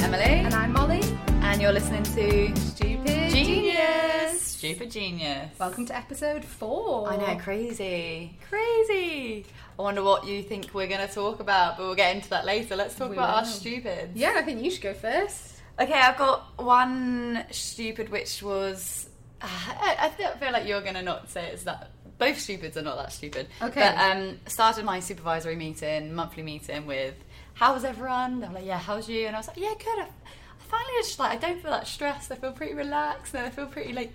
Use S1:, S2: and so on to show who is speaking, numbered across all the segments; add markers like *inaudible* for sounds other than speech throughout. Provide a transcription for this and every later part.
S1: Emily,
S2: And I'm Molly.
S1: and you're listening to
S2: Stupid
S1: Stupid Genius.
S2: Welcome to episode four.
S1: I know, crazy, crazy. I wonder what you think we're going to talk about, but we'll get into that later. Let's talk
S2: We
S1: about our
S2: will.
S1: stupid.
S2: Yeah, I think you should go first.
S1: Okay, I've got one stupid, which was uh, I, I feel- feel like you're gonna not say it's that. Both stupids are not that stupid.
S2: Okay.
S1: But um, started my supervisory meeting, monthly meeting with, how was everyone? They were like, yeah, how's you? And I was like, yeah, good. I, I finally just like I don't feel that stressed. I feel pretty relaxed, and I feel pretty like.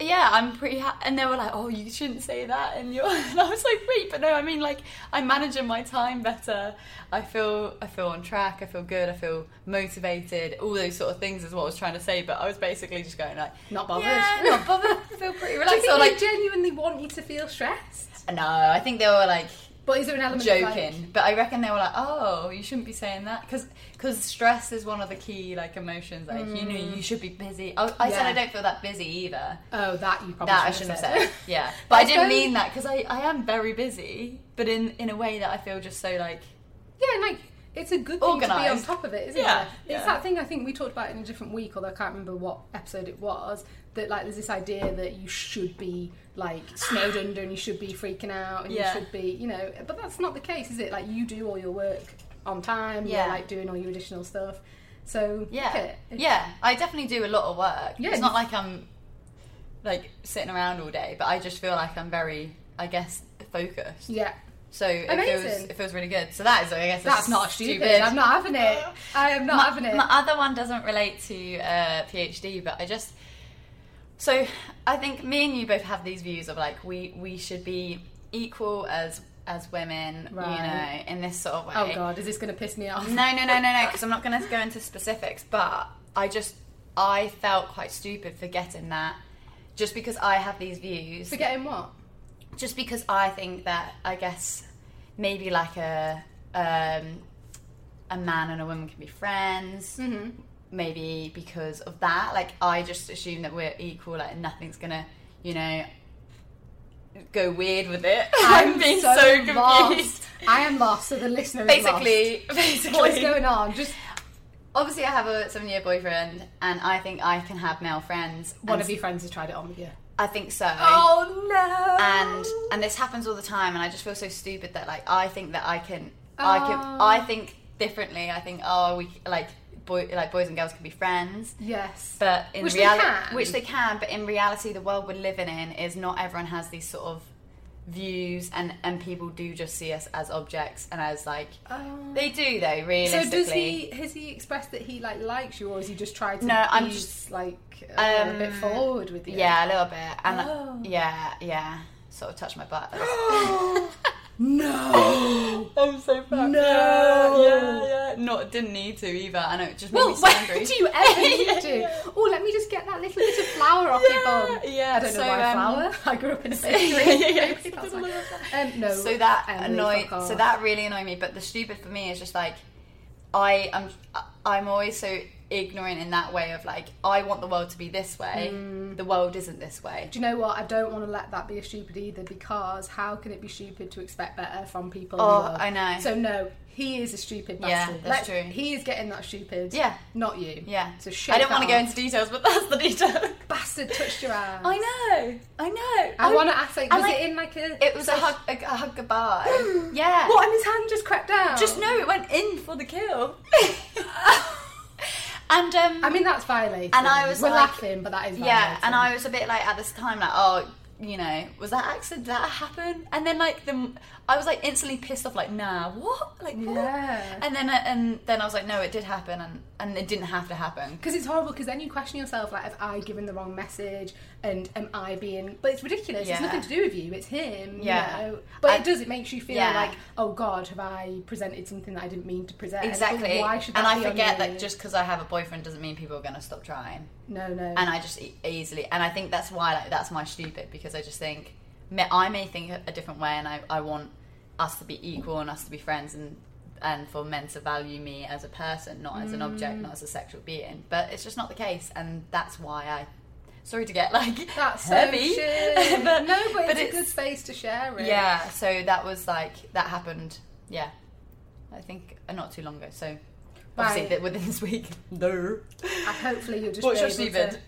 S1: Yeah, I'm pretty ha And they were like, oh, you shouldn't say that. And, you're, *laughs* and I was like, wait, but no, I mean, like, I'm managing my time better. I feel I feel on track. I feel good. I feel motivated. All those sort of things is what I was trying to say. But I was basically just going, like,
S2: Not bothered.
S1: Yeah, not bothered. *laughs* I feel pretty
S2: Do you
S1: relaxed.
S2: think
S1: Or
S2: they
S1: like,
S2: genuinely want you to feel stressed?
S1: no, I think they were like,
S2: But is there an element of like,
S1: joking, but I reckon they were like, "Oh, you shouldn't be saying that," because stress is one of the key like emotions. Like you know, you should be busy. I, I said
S2: Mm. Yeah.
S1: I don't feel that busy either.
S2: oh, that you probably
S1: That I
S2: should
S1: shouldn't have said.
S2: *laughs*
S1: Yeah, but I
S2: That's
S1: didn't
S2: very-
S1: mean that because I I am very busy, but in in a way that I feel just so like
S2: Yeah, and like it's a good thing to be on
S1: Organised.
S2: top of it, isn't
S1: Yeah,
S2: it? It's
S1: yeah.
S2: that thing I think we talked about in a different week, although I can't remember what episode it was. That like there's this idea that you should be like snowed under and you should be freaking out and
S1: Yeah.
S2: you should be, you know, but that's not the case, is it? Like you do all your work on time.
S1: Yeah.
S2: You're like doing all your additional stuff. So
S1: yeah
S2: fuck it. It's-
S1: yeah. I definitely do a lot of work.
S2: Yeah,
S1: it's not
S2: you-
S1: like I'm like sitting around all day, but I just feel like I'm very I guess focused.
S2: yeah.
S1: So it feels
S2: Amazing.
S1: it feels really good. So that is I guess a
S2: That's not stupid. I'm not having it. I am not
S1: my,
S2: having it.
S1: my other one doesn't relate to uh, PhD, but I just so I think me and you both have these views of like we we should be equal as as women,
S2: Right.
S1: you know, in this sort of way.
S2: oh god, is this going to piss me off?
S1: No, no, no, no, no, because I'm not going to go into specifics, but I just I felt quite stupid for getting that just because I have these views
S2: Forgetting what?
S1: just because I think that I guess maybe like a um, a man and a woman can be friends.
S2: Mhm.
S1: Maybe because of that, like I just assume that we're equal. Like nothing's gonna, you know, go weird with it. *laughs*
S2: *laughs*
S1: I'm, being so, confused.
S2: lost. I am lost. So the listener is lost. *laughs*
S1: Basically,
S2: What's
S1: basically,
S2: going on? Just
S1: obviously, I have a seven-year boyfriend, and I think I can have male friends.
S2: one
S1: and
S2: of your friends has tried it on with you.
S1: I think so.
S2: Oh no!
S1: and and this happens all the time and i just feel so stupid that like i think that i can i can
S2: Oh.
S1: i think differently i think oh we like boy like boys and girls can be friends
S2: yes,
S1: but in
S2: Which they
S1: reality
S2: can.
S1: which they can but in reality the world we're living in is not everyone has these sort of views and and people do just see us as objects and as like
S2: Oh.
S1: they do though realistically
S2: so does he? Has he expressed that he like likes you, or has he just tried to?
S1: No, I'm
S2: be,
S1: just-
S2: like uh,
S1: Um,
S2: a bit forward with you. *gasps*
S1: yeah a little bit and
S2: Oh.
S1: yeah yeah sort of touch my
S2: *gasps*
S1: butt *laughs*
S2: no.
S1: I'm so
S2: fucked.
S1: Yeah,
S2: Yeah,
S1: yeah, yeah. Not didn't need to either. I know it just made
S2: Well,
S1: me so angry.
S2: when do you *laughs* ever
S1: Yeah,
S2: need to?
S1: yeah.
S2: Oh, let me just get that little bit of flour off your bum.
S1: yeah.
S2: I don't know
S1: so,
S2: why
S1: um,
S2: flour. *laughs* I grew up in a bakery.
S1: *laughs* yeah, yeah,
S2: *laughs*
S1: yeah.
S2: Maybe that's why. Um, no.
S1: So that
S2: Emily,
S1: annoyed.
S2: fuck off.
S1: So that really annoyed me. But the stupid for me is just like, I am. I'm always so ignorant in that way of like, I want the world to be this way.
S2: Mm.
S1: The world isn't this way.
S2: Do you know what? I don't want to let that be a stupid either because how can it be stupid to expect better from people? you
S1: Oh,
S2: love?
S1: I know.
S2: So no, he is a stupid
S1: Yeah,
S2: bastard.
S1: that's
S2: Let-
S1: true.
S2: He is getting that stupid.
S1: Yeah.
S2: Not you.
S1: Yeah.
S2: So shake
S1: I don't
S2: that
S1: want to go
S2: off.
S1: into details, but *laughs* that's the detail.
S2: Bastard touched your ass.
S1: I know. I know.
S2: I want to ask, like,
S1: and,
S2: was
S1: like,
S2: it in like a?
S1: It was a hug, a, a hug goodbye.
S2: *gasps*
S1: yeah.
S2: What? And his hand just crept down.
S1: Just know it went in for the
S2: *laughs*
S1: kill. *laughs* and um
S2: I mean, that's violating.
S1: And I was
S2: We're
S1: like-
S2: laughing, but that is violating.
S1: yeah, and I was a bit like at this time like oh you know was that accident did that happen? And then like the I was like instantly pissed off like nah what like what?
S2: Yeah.
S1: And then uh, and then I was like no it did happen and and it didn't have to happen.
S2: Because it's horrible. Because then you question yourself, like, have I given the wrong message, and am I being? But it's ridiculous.
S1: Yeah.
S2: It's nothing to do with you. It's him. you
S1: Yeah.
S2: know. But
S1: And-
S2: it does. It makes you feel
S1: Yeah.
S2: like, oh God, have I presented something that I didn't mean to present?
S1: Exactly.
S2: But why should?
S1: and
S2: that
S1: I
S2: be on
S1: forget
S2: you?
S1: that just because I have a boyfriend doesn't mean people are going to stop trying.
S2: no, no.
S1: and I just e- easily and I think that's why like that's my stupid because I just think me- I may think a different way and I, I want us to be equal and us to be friends and and for men to value me as a person not as an object not as a sexual being but it's just not the case and that's why I sorry to get like
S2: *laughs* that's so
S1: heavy *laughs*
S2: shit.
S1: but
S2: no, but,
S1: but
S2: it's, a good space to share it.
S1: yeah so that was like that happened yeah I think uh, not too long ago so obviously
S2: Right.
S1: that within this week. No.
S2: I- hopefully you'll just
S1: What's
S2: be
S1: your
S2: able
S1: stupid?
S2: to-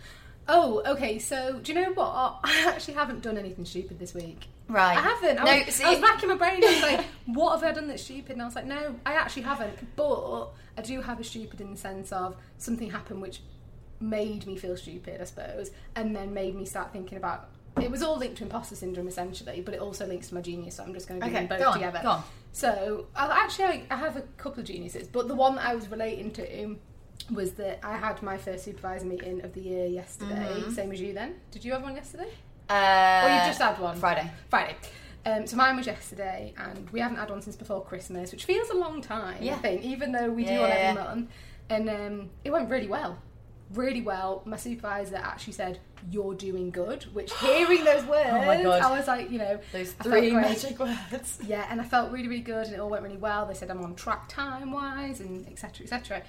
S2: Oh, okay. So do you know what? *laughs* I actually haven't done anything stupid this week.
S1: Right.
S2: I haven't. I,
S1: No,
S2: was,
S1: see-
S2: I was back in my brain. I was like,
S1: *laughs*
S2: what have I done that's stupid? And I was like, no, I actually haven't. But I do have a stupid in the sense of something happened which made me feel stupid, I suppose, and then made me start thinking about. It was all linked to imposter syndrome essentially, but it also links to my genius. So I'm just going to do
S1: Okay,
S2: them both
S1: go on,
S2: together.
S1: go on.
S2: So I actually I, I have a couple of geniuses, but the one that I was relating to was that I had my first supervisor meeting of the year yesterday, same as you. Then did you have one yesterday?
S1: Mm-hmm. Uh,
S2: Or you just had one
S1: Friday.
S2: Friday. Um, so mine was yesterday, and we haven't had one since before Christmas, which feels a long time. I
S1: Yeah.
S2: think, even though we do
S1: Yeah,
S2: one
S1: yeah,
S2: every
S1: yeah.
S2: month, and um, it went really well, really well. My supervisor actually said, "You're doing good,"
S1: *gasps*
S2: which hearing those words,
S1: Oh my God.
S2: I was like, you know,
S1: Those
S2: I felt
S1: three
S2: great.
S1: magic words.
S2: Yeah, and I felt really, really good, and it all went really well. They said I'm on track time wise, and etc. etc.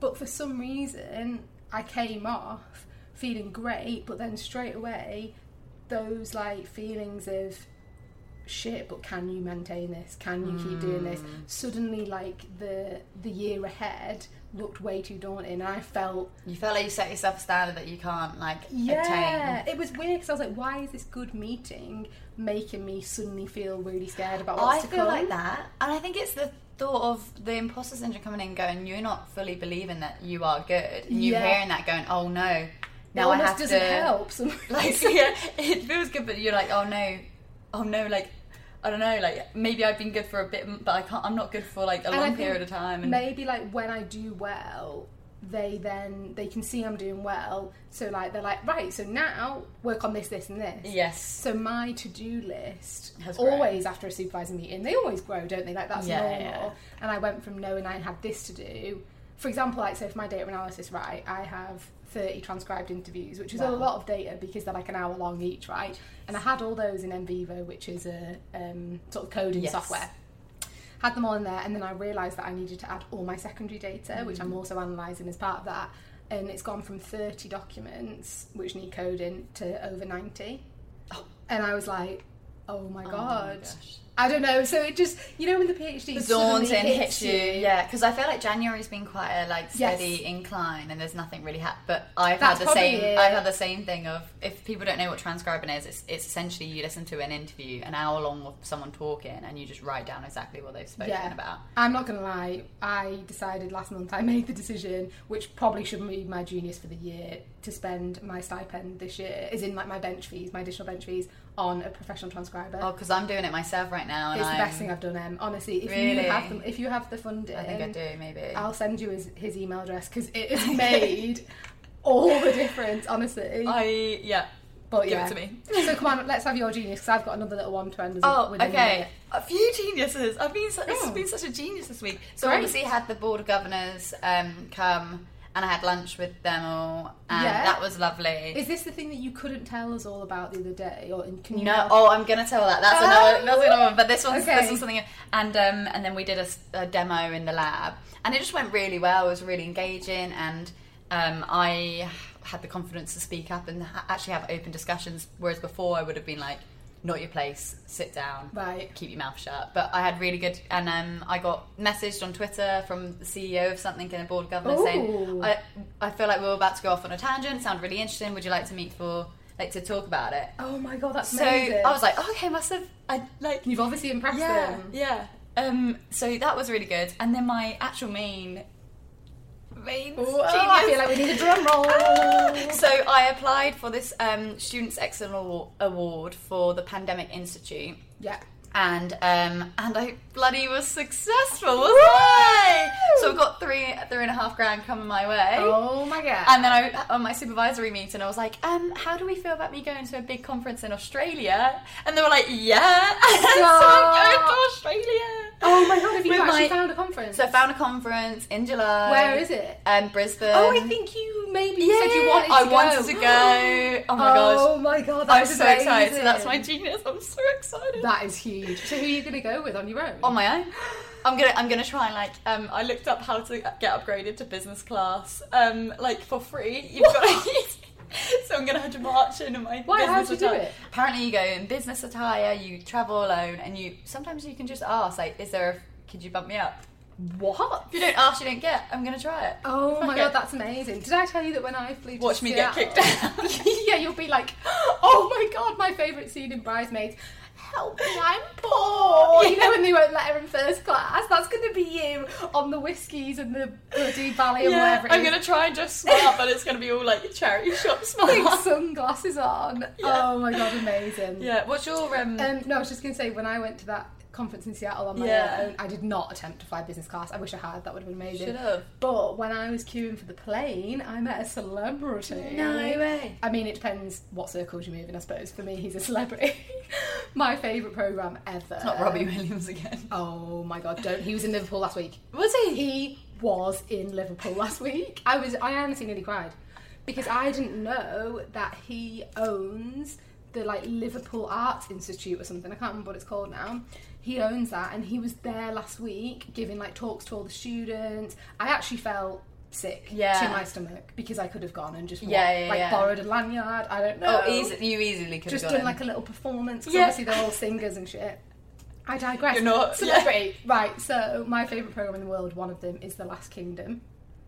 S2: But for some reason, I came off feeling great, but then straight away, those like feelings of shit. But can you maintain this? Can you keep doing this?
S1: Mm.
S2: Suddenly, like the the year ahead looked way too daunting, and I felt
S1: *laughs* You felt like you set yourself a standard that you can't like
S2: yeah,
S1: attain.
S2: it was weird because I was like, why is this good meeting making me suddenly feel really scared about what's
S1: I
S2: to
S1: feel
S2: come?
S1: like that, and I think it's the thought of the imposter syndrome coming in, and going, "You're not fully believing that you are good," and you
S2: Yeah.
S1: hearing that, going, "Oh no, now
S2: it
S1: I
S2: almost
S1: have
S2: doesn't
S1: to."
S2: help. Some
S1: *laughs* Like, yeah, it feels good, but you're like, "Oh no, oh no," like. I don't know, like maybe I've been good for a bit, but I can't. I'm not good for like a
S2: And I
S1: long
S2: think
S1: period of time. And
S2: maybe like when I do well, they then they can see I'm doing well, so like they're like, right, so now work on this, this, and this.
S1: yes,
S2: So my to-do list
S1: Has grown.
S2: always after a supervisor meeting, they always grow, don't they? Like that's
S1: Yeah,
S2: normal.
S1: yeah.
S2: And I went from knowing I had this to do. For example, like so for my data analysis, right, I have 30 transcribed interviews, which is a
S1: Wow.
S2: lot of data because they're like an hour long each, right? And I had all those in Envivo, which is a um, sort of coding
S1: Yes.
S2: software. Had them all in there, and then I realised that I needed to add all my secondary data, which
S1: Mm.
S2: I'm also analysing as part of that. And it's gone from 30 documents, which need coding, to over 90 and I was like, "Oh my
S1: my
S2: god!"
S1: gosh.
S2: I don't know. So it just, you know, when the PhD
S1: the
S2: suddenly
S1: daunting hits you, yeah. Because I feel like January's been quite a like
S2: Yes.
S1: steady incline, and there's nothing really happened. But I've
S2: That's
S1: had the
S2: probably
S1: same.
S2: it.
S1: I've had the same thing of if people don't know what transcribing is, it's, it's essentially you listen to an interview, an hour long of someone talking, and you just write down exactly what they've spoken
S2: Yeah.
S1: about.
S2: I'm not gonna lie. I decided last month. I *laughs* made the decision, which probably should be my genius for the year, to spend my stipend this year, is in like my bench fees, my additional bench fees, on a professional transcriber.
S1: Oh, because I'm doing it myself right now, and
S2: it's
S1: I'm,
S2: the best thing I've done, Em. Honestly, if
S1: Really?
S2: you have the, if you have the funding,
S1: I think I do maybe.
S2: will send you his, his email address because
S1: *laughs*
S2: it has made all the difference. Honestly,
S1: I yeah.
S2: But
S1: Give it
S2: yeah.
S1: to me.
S2: so come on, let's have your genius because I've got another little one to end. as-
S1: Oh,
S2: within a
S1: okay.
S2: minute.
S1: A few geniuses. I've been such,
S2: Oh.
S1: been such a genius this week. So
S2: Great.
S1: obviously, had the board of governors um, come, and I had lunch with them all, and
S2: Yeah.
S1: that was lovely.
S2: Is this the thing that you couldn't tell us all about the other day, or and can you?
S1: no,
S2: now-
S1: oh, I'm gonna tell that. That's
S2: Oh.
S1: another, that's another one. But this one's
S2: Okay.
S1: this one's something. And um, and then we did a, s- a demo in the lab, and it just went really well. It was really engaging, and um, I had the confidence to speak up and ha- actually have open discussions. Whereas before, I would have been like, "Not your place. Sit down."
S2: Right.
S1: keep your mouth shut. But I had really good, and um, I got messaged on Twitter from the CEO of something in the board of governors
S2: Ooh.
S1: saying, I, "I feel like we were about to go off on a tangent. Sound really interesting. Would you like to meet for like to talk about it?"
S2: Oh my god, that's
S1: So
S2: amazing.
S1: I was like, "Oh, "Okay, must have I like
S2: you've obviously impressed
S1: yeah
S2: them.
S1: yeah." Um, so that was really good, and then my actual main main
S2: Ooh, oh, I feel
S1: genius-
S2: like we need a drum roll.
S1: *laughs* so I applied for this um, Students Excellence Award for the Pandemic Institute,
S2: yeah,
S1: and um, and I bloody was successful, wasn't I?
S2: Woo!
S1: So I got three three and a half grand coming my way.
S2: oh my god.
S1: And then I, on my supervisory meeting, I was like, um, "How do we feel about me going to a big conference in Australia?" And they were like, "Yeah." *laughs* so I'm going to Australia.
S2: oh my god, have you
S1: With
S2: actually
S1: my-
S2: found a conference?
S1: So I found a conference in July.
S2: Where is it?
S1: Um, Brisbane.
S2: oh, I think you maybe
S1: yeah.
S2: you said you wanted to
S1: I
S2: go.
S1: wanted to go. Oh my
S2: oh
S1: gosh,
S2: my god,
S1: I'm
S2: that's
S1: so excited. So that's my genius. I'm so excited.
S2: That is huge. So who are you going to go with on your own?
S1: on Oh my own. I'm gonna I'm gonna try and like um I looked up how to get upgraded to business class um like for free. You've got to *laughs* So I'm gonna have to march in in my
S2: Why? How
S1: business
S2: do you do
S1: attire.
S2: it?
S1: Apparently you go in business attire, you travel alone and you sometimes you can just ask like is there a could you bump me up?
S2: what?
S1: If you don't ask, you don't get. I'm gonna try it.
S2: Oh my
S1: Fuck
S2: god,
S1: it.
S2: that's amazing. Did I tell you that when I flew to
S1: Watch me get
S2: Seattle-
S1: kicked
S2: *laughs*
S1: out. *laughs*
S2: yeah, you'll be like, oh my god, my favourite scene in Bridesmaids. Help me,
S1: *laughs*
S2: I'm poor. You know when they won't let her in first class? That's going to be you on the whiskies and the bloody ballet and
S1: yeah,
S2: whatever it
S1: I'm
S2: is.
S1: gonna try and just smile, but it's gonna be all like charity shop *laughs*
S2: Big
S1: smile.
S2: sunglasses on.
S1: *laughs* Yeah.
S2: Oh my god, amazing.
S1: yeah. What's your um?
S2: Um, no, I was just going to say, when I went to that conference in Seattle on my
S1: Yeah.
S2: own, I did not attempt to fly business class. I wish I had, that would have been amazing.
S1: should have.
S2: But when I was queuing for the plane, I met a celebrity.
S1: way.
S2: I mean, it depends what circles you move in, I suppose. For me, he's a celebrity. *laughs* My favourite programme ever.
S1: It's not Robbie Williams
S2: *laughs*
S1: again.
S2: Oh my god, don't. He was in Liverpool last week.
S1: Was he?
S2: He was in Liverpool last week. I was. I honestly nearly cried because I didn't know that he owns the like Liverpool Arts Institute or something. I can't remember what it's called now. He owns that, and he was there last week giving like talks to all the students. I actually felt sick
S1: Yeah.
S2: to my stomach because I could have gone and just
S1: Yeah,
S2: walked-
S1: yeah,
S2: like
S1: yeah.
S2: borrowed a lanyard. I don't know
S1: Oh, easy, you easily could
S2: just
S1: have
S2: done
S1: got
S2: like a little performance. 'cause
S1: Yeah.
S2: Obviously, they're all singers and shit. I digress.
S1: You're not-
S2: celebrity, right? So, my favorite program in the world, one of them, is The Last Kingdom.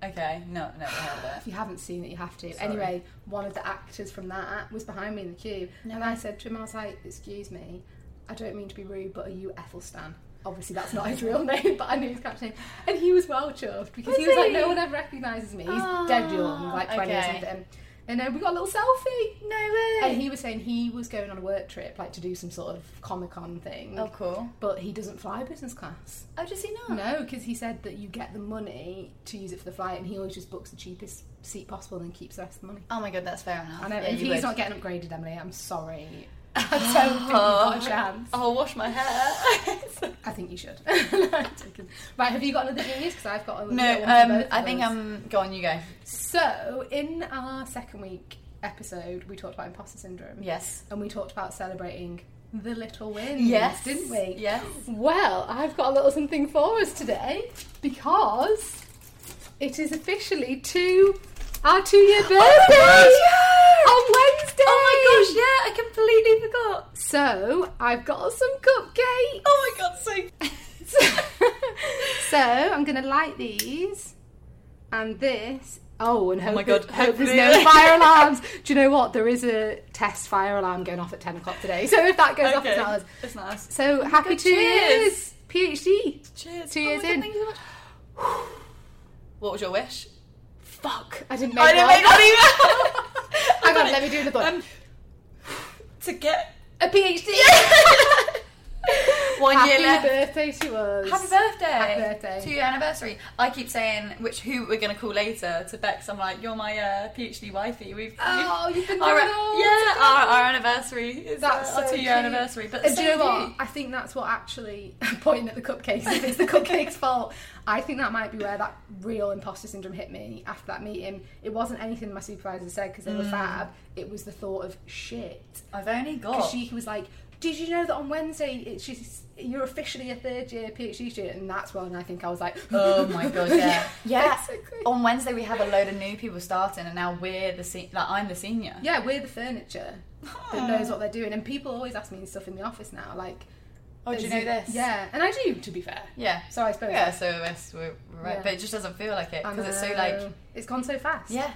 S1: Okay, no, no, no,
S2: If you haven't seen it, you have to.
S1: Sorry.
S2: Anyway, one of the actors from that was behind me in the queue, and I said to him, "I was like, excuse me, I don't mean to be rude, but are you Ethelstan?" Obviously, that's not his real *laughs* name, but I knew his character name, and he was well chuffed because he
S1: Was
S2: was like,
S1: he?
S2: "No one ever recognises me. He's dead young,
S1: Ah,
S2: like twenty or
S1: okay.
S2: something." And then we got a little selfie.
S1: no way.
S2: And he was saying he was going on a work trip, like to do some sort of Comic Con thing.
S1: oh, cool.
S2: But he doesn't fly business class.
S1: Oh, does he not?
S2: No, because he said that you get the money to use it for the flight, and he always just books the cheapest seat possible and keeps the rest of the money.
S1: Oh my god, that's fair enough.
S2: I know.
S1: Yeah,
S2: if
S1: you
S2: he's
S1: would.
S2: not getting upgraded, Emily, I'm sorry.
S1: *laughs*
S2: I *laughs* don't think you've
S1: Oh.
S2: got a chance.
S1: I'll wash my hair. *laughs*
S2: I think you should. *laughs* No, I'm joking. right, have you got another genius? Because I've got a
S1: no,
S2: little one for
S1: um,
S2: both
S1: I
S2: of
S1: think
S2: us.
S1: I'm. Go on, you go.
S2: So, in our second week episode, we talked about imposter syndrome.
S1: Yes.
S2: and we talked about celebrating the little wins,
S1: Yes,
S2: didn't we? *laughs*
S1: Yes.
S2: Well, I've got a little something for us today because it is officially two our two year birthday on Wednesday.
S1: Oh my gosh! Yeah, I completely forgot.
S2: So I've got some cupcakes.
S1: Oh my god, so. Oh.
S2: *laughs* so I'm gonna light these, and this. Oh, and hope,
S1: my
S2: that-
S1: God,
S2: hope there's
S1: hopefully- *laughs*
S2: no fire alarms. Do you know what? There is a test fire alarm going off at ten o'clock today. So if that goes off, it's
S1: okay.
S2: not us.
S1: It's not us.
S2: So happy
S1: God,
S2: cheers. PhD.
S1: Cheers.
S2: Two
S1: Oh my
S2: years
S1: God,
S2: in.
S1: Thank you so much. *sighs* What was your wish?
S2: Fuck, I didn't make
S1: I didn't
S2: one.
S1: make
S2: *laughs*
S1: that either. I
S2: Hang on,
S1: got it.
S2: let me do the book.
S1: Um, to get
S2: a PhD.
S1: *laughs* one
S2: happy
S1: year left.
S2: birthday to us.
S1: Happy birthday!
S2: Happy birthday.
S1: To your anniversary. I keep saying which who we're gonna call later to Bex. I'm like, you're my uh, PhD wifey. We've
S2: Oh, you've been
S1: we've- our,
S2: doing all
S1: yeah, uh,
S2: together.
S1: our, our anniversary is
S2: That's
S1: uh, our
S2: so
S1: two
S2: cute.
S1: year anniversary. But
S2: And
S1: so
S2: do you know
S1: cute.
S2: what? I think that's what actually *laughs* pointing at the cupcakes. If it's the cupcakes' fault, I think that might be where that real imposter syndrome hit me after that meeting. It wasn't anything my supervisor said because they
S1: Mm.
S2: were fab. It was the thought of shit.
S1: I've only got
S2: Because she was like, "Did you know that on Wednesday it, she's you're officially a third year PhD student?" And that's when I think I was like,
S1: *laughs* Oh my god,
S2: *laughs*
S1: yeah. *laughs* yeah. Oh.
S2: Basically.
S1: On Wednesday we have a load of new people starting and now we're the se- like I'm the senior.
S2: Yeah, we're the furniture that
S1: Aw.
S2: knows what they're doing, and people always ask me and stuff in the office now, like,
S1: Oh, do you
S2: is
S1: know
S2: it-
S1: this?
S2: Yeah, and I do, to be fair.
S1: Yeah.
S2: So I suppose
S1: Yeah, so it's- we're we're right.
S2: Yeah.
S1: But it just doesn't feel like it
S2: I
S1: because it's so
S2: know.
S1: like
S2: it's gone so fast.
S1: yeah.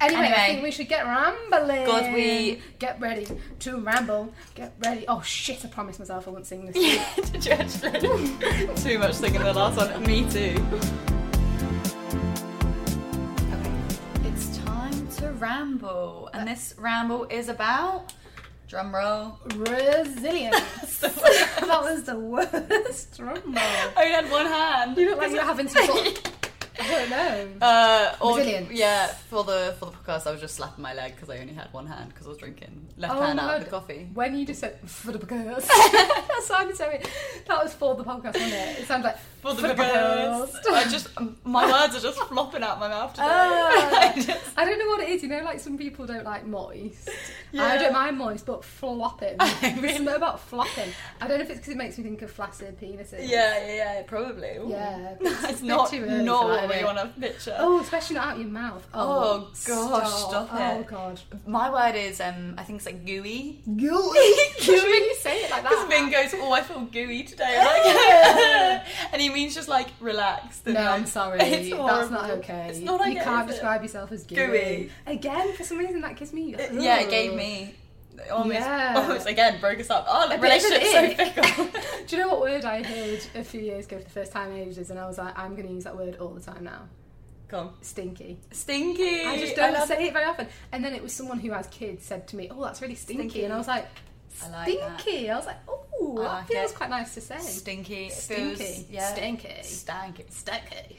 S2: Anyway, I
S1: Anyway.
S2: think we should get rambling.
S1: God, we-
S2: get ready to ramble. Get ready. Oh shit! I promised myself I wouldn't sing
S1: *laughs* *laughs*
S2: this.
S1: Yeah, did you actually? *laughs* Too much thinking the last one. Me too. Okay, it's time to ramble, and this ramble is about drum *laughs* roll.
S2: Resilience. *laughs* that was the *laughs* worst rumble.
S1: I only had one hand.
S2: You look like you're *laughs* having some sort. Of, I don't know.
S1: *laughs* Uh, or,
S2: Resilience.
S1: Yeah, for the for the podcast, I was just slapping my leg because I only had one hand because I was drinking left
S2: Oh
S1: hand
S2: my
S1: out of
S2: God.
S1: the coffee.
S2: When you just said for the girls, *laughs* that sounded so weird. That was for the podcast, wasn't it? It sounded like
S1: For
S2: the *laughs* podcast.
S1: I just um, my words are just flopping out my mouth today.
S2: Ah.
S1: *laughs* I just-
S2: I don't know what it is. You know, like some people don't like moist. I
S1: Yeah.
S2: don't mind moist, but *laughs* flopping.
S1: I
S2: There's
S1: really-
S2: something about flopping. I don't know if it's because it makes me think of flaccid penises.
S1: yeah, yeah, yeah, probably. Ooh.
S2: Yeah, it's a
S1: *laughs* it's
S2: bit
S1: not
S2: too early for
S1: not
S2: that,
S1: what what
S2: it.
S1: you want to picture.
S2: Oh, especially not out your mouth.
S1: Oh,
S2: Oh,
S1: gosh,
S2: stop.
S1: stop
S2: Oh
S1: it.
S2: *laughs* god.
S1: My word is, um, I think it's like *laughs* gooey.
S2: *laughs* Gooey.
S1: Gooey.
S2: when you say it like
S1: Because
S2: that.
S1: Ben goes, oh, I feel gooey today.
S2: *laughs*
S1: Like, and he means just like relaxed. and,
S2: No,
S1: like, *laughs*
S2: I'm sorry.
S1: It's
S2: That's not
S1: horrible.
S2: okay.
S1: It's not okay.
S2: you can't
S1: is it?
S2: describe yourself as gooey.
S1: Gooey.
S2: Again, for some reason that gives me.
S1: It- yeah, it gave me almost,
S2: Yeah.
S1: almost again broke us up. Oh, the
S2: A bit of an
S1: relationship's so
S2: ick.
S1: fickle. *laughs*
S2: *laughs* Do you know what word I heard a few years ago for the first time in ages, and I was like, I'm going to use that word all the time now.
S1: Come,
S2: Stinky.
S1: stinky.
S2: I just don't
S1: love
S2: say it very often. And then it was someone who has kids said to me, "Oh, that's really stinky,",
S1: Stinky.
S2: and I was like,
S1: I like that.
S2: "Stinky." I was like, "Oh,
S1: I
S2: that
S1: like
S2: feels
S1: it.
S2: quite nice to say."
S1: stinky. It
S2: Stinky.
S1: feels- yeah.
S2: Stinky.
S1: Stanky. *laughs*
S2: Stinky.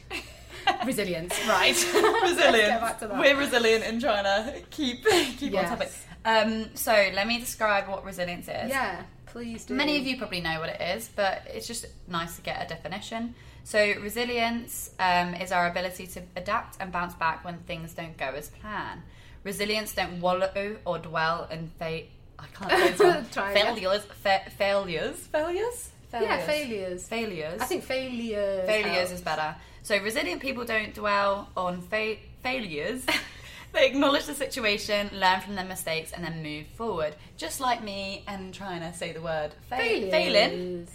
S2: Resilience. Right.
S1: Resilient.
S2: Let's go back to that.
S1: We're resilient in trying to keep keep
S2: Yes.
S1: on topic. Um, so let me describe what resilience is.
S2: yeah. Please do.
S1: Many of you probably know what it is, but it's just nice to get a definition. So, resilience um, is our ability to adapt and bounce back when things don't go as planned. Resilience don't wallow or dwell in fa- I can't say
S2: *laughs*
S1: this one.
S2: Try again.
S1: failures, fa- failures, failures, failures,
S2: Yeah, failures.
S1: failures.
S2: I think failures.
S1: failures
S2: help.
S1: is better. So, resilient people don't dwell on fa- failures. they acknowledge the situation, learn from their mistakes, and then move forward. Just like me and trying to say the word fa-
S2: failures.
S1: failing.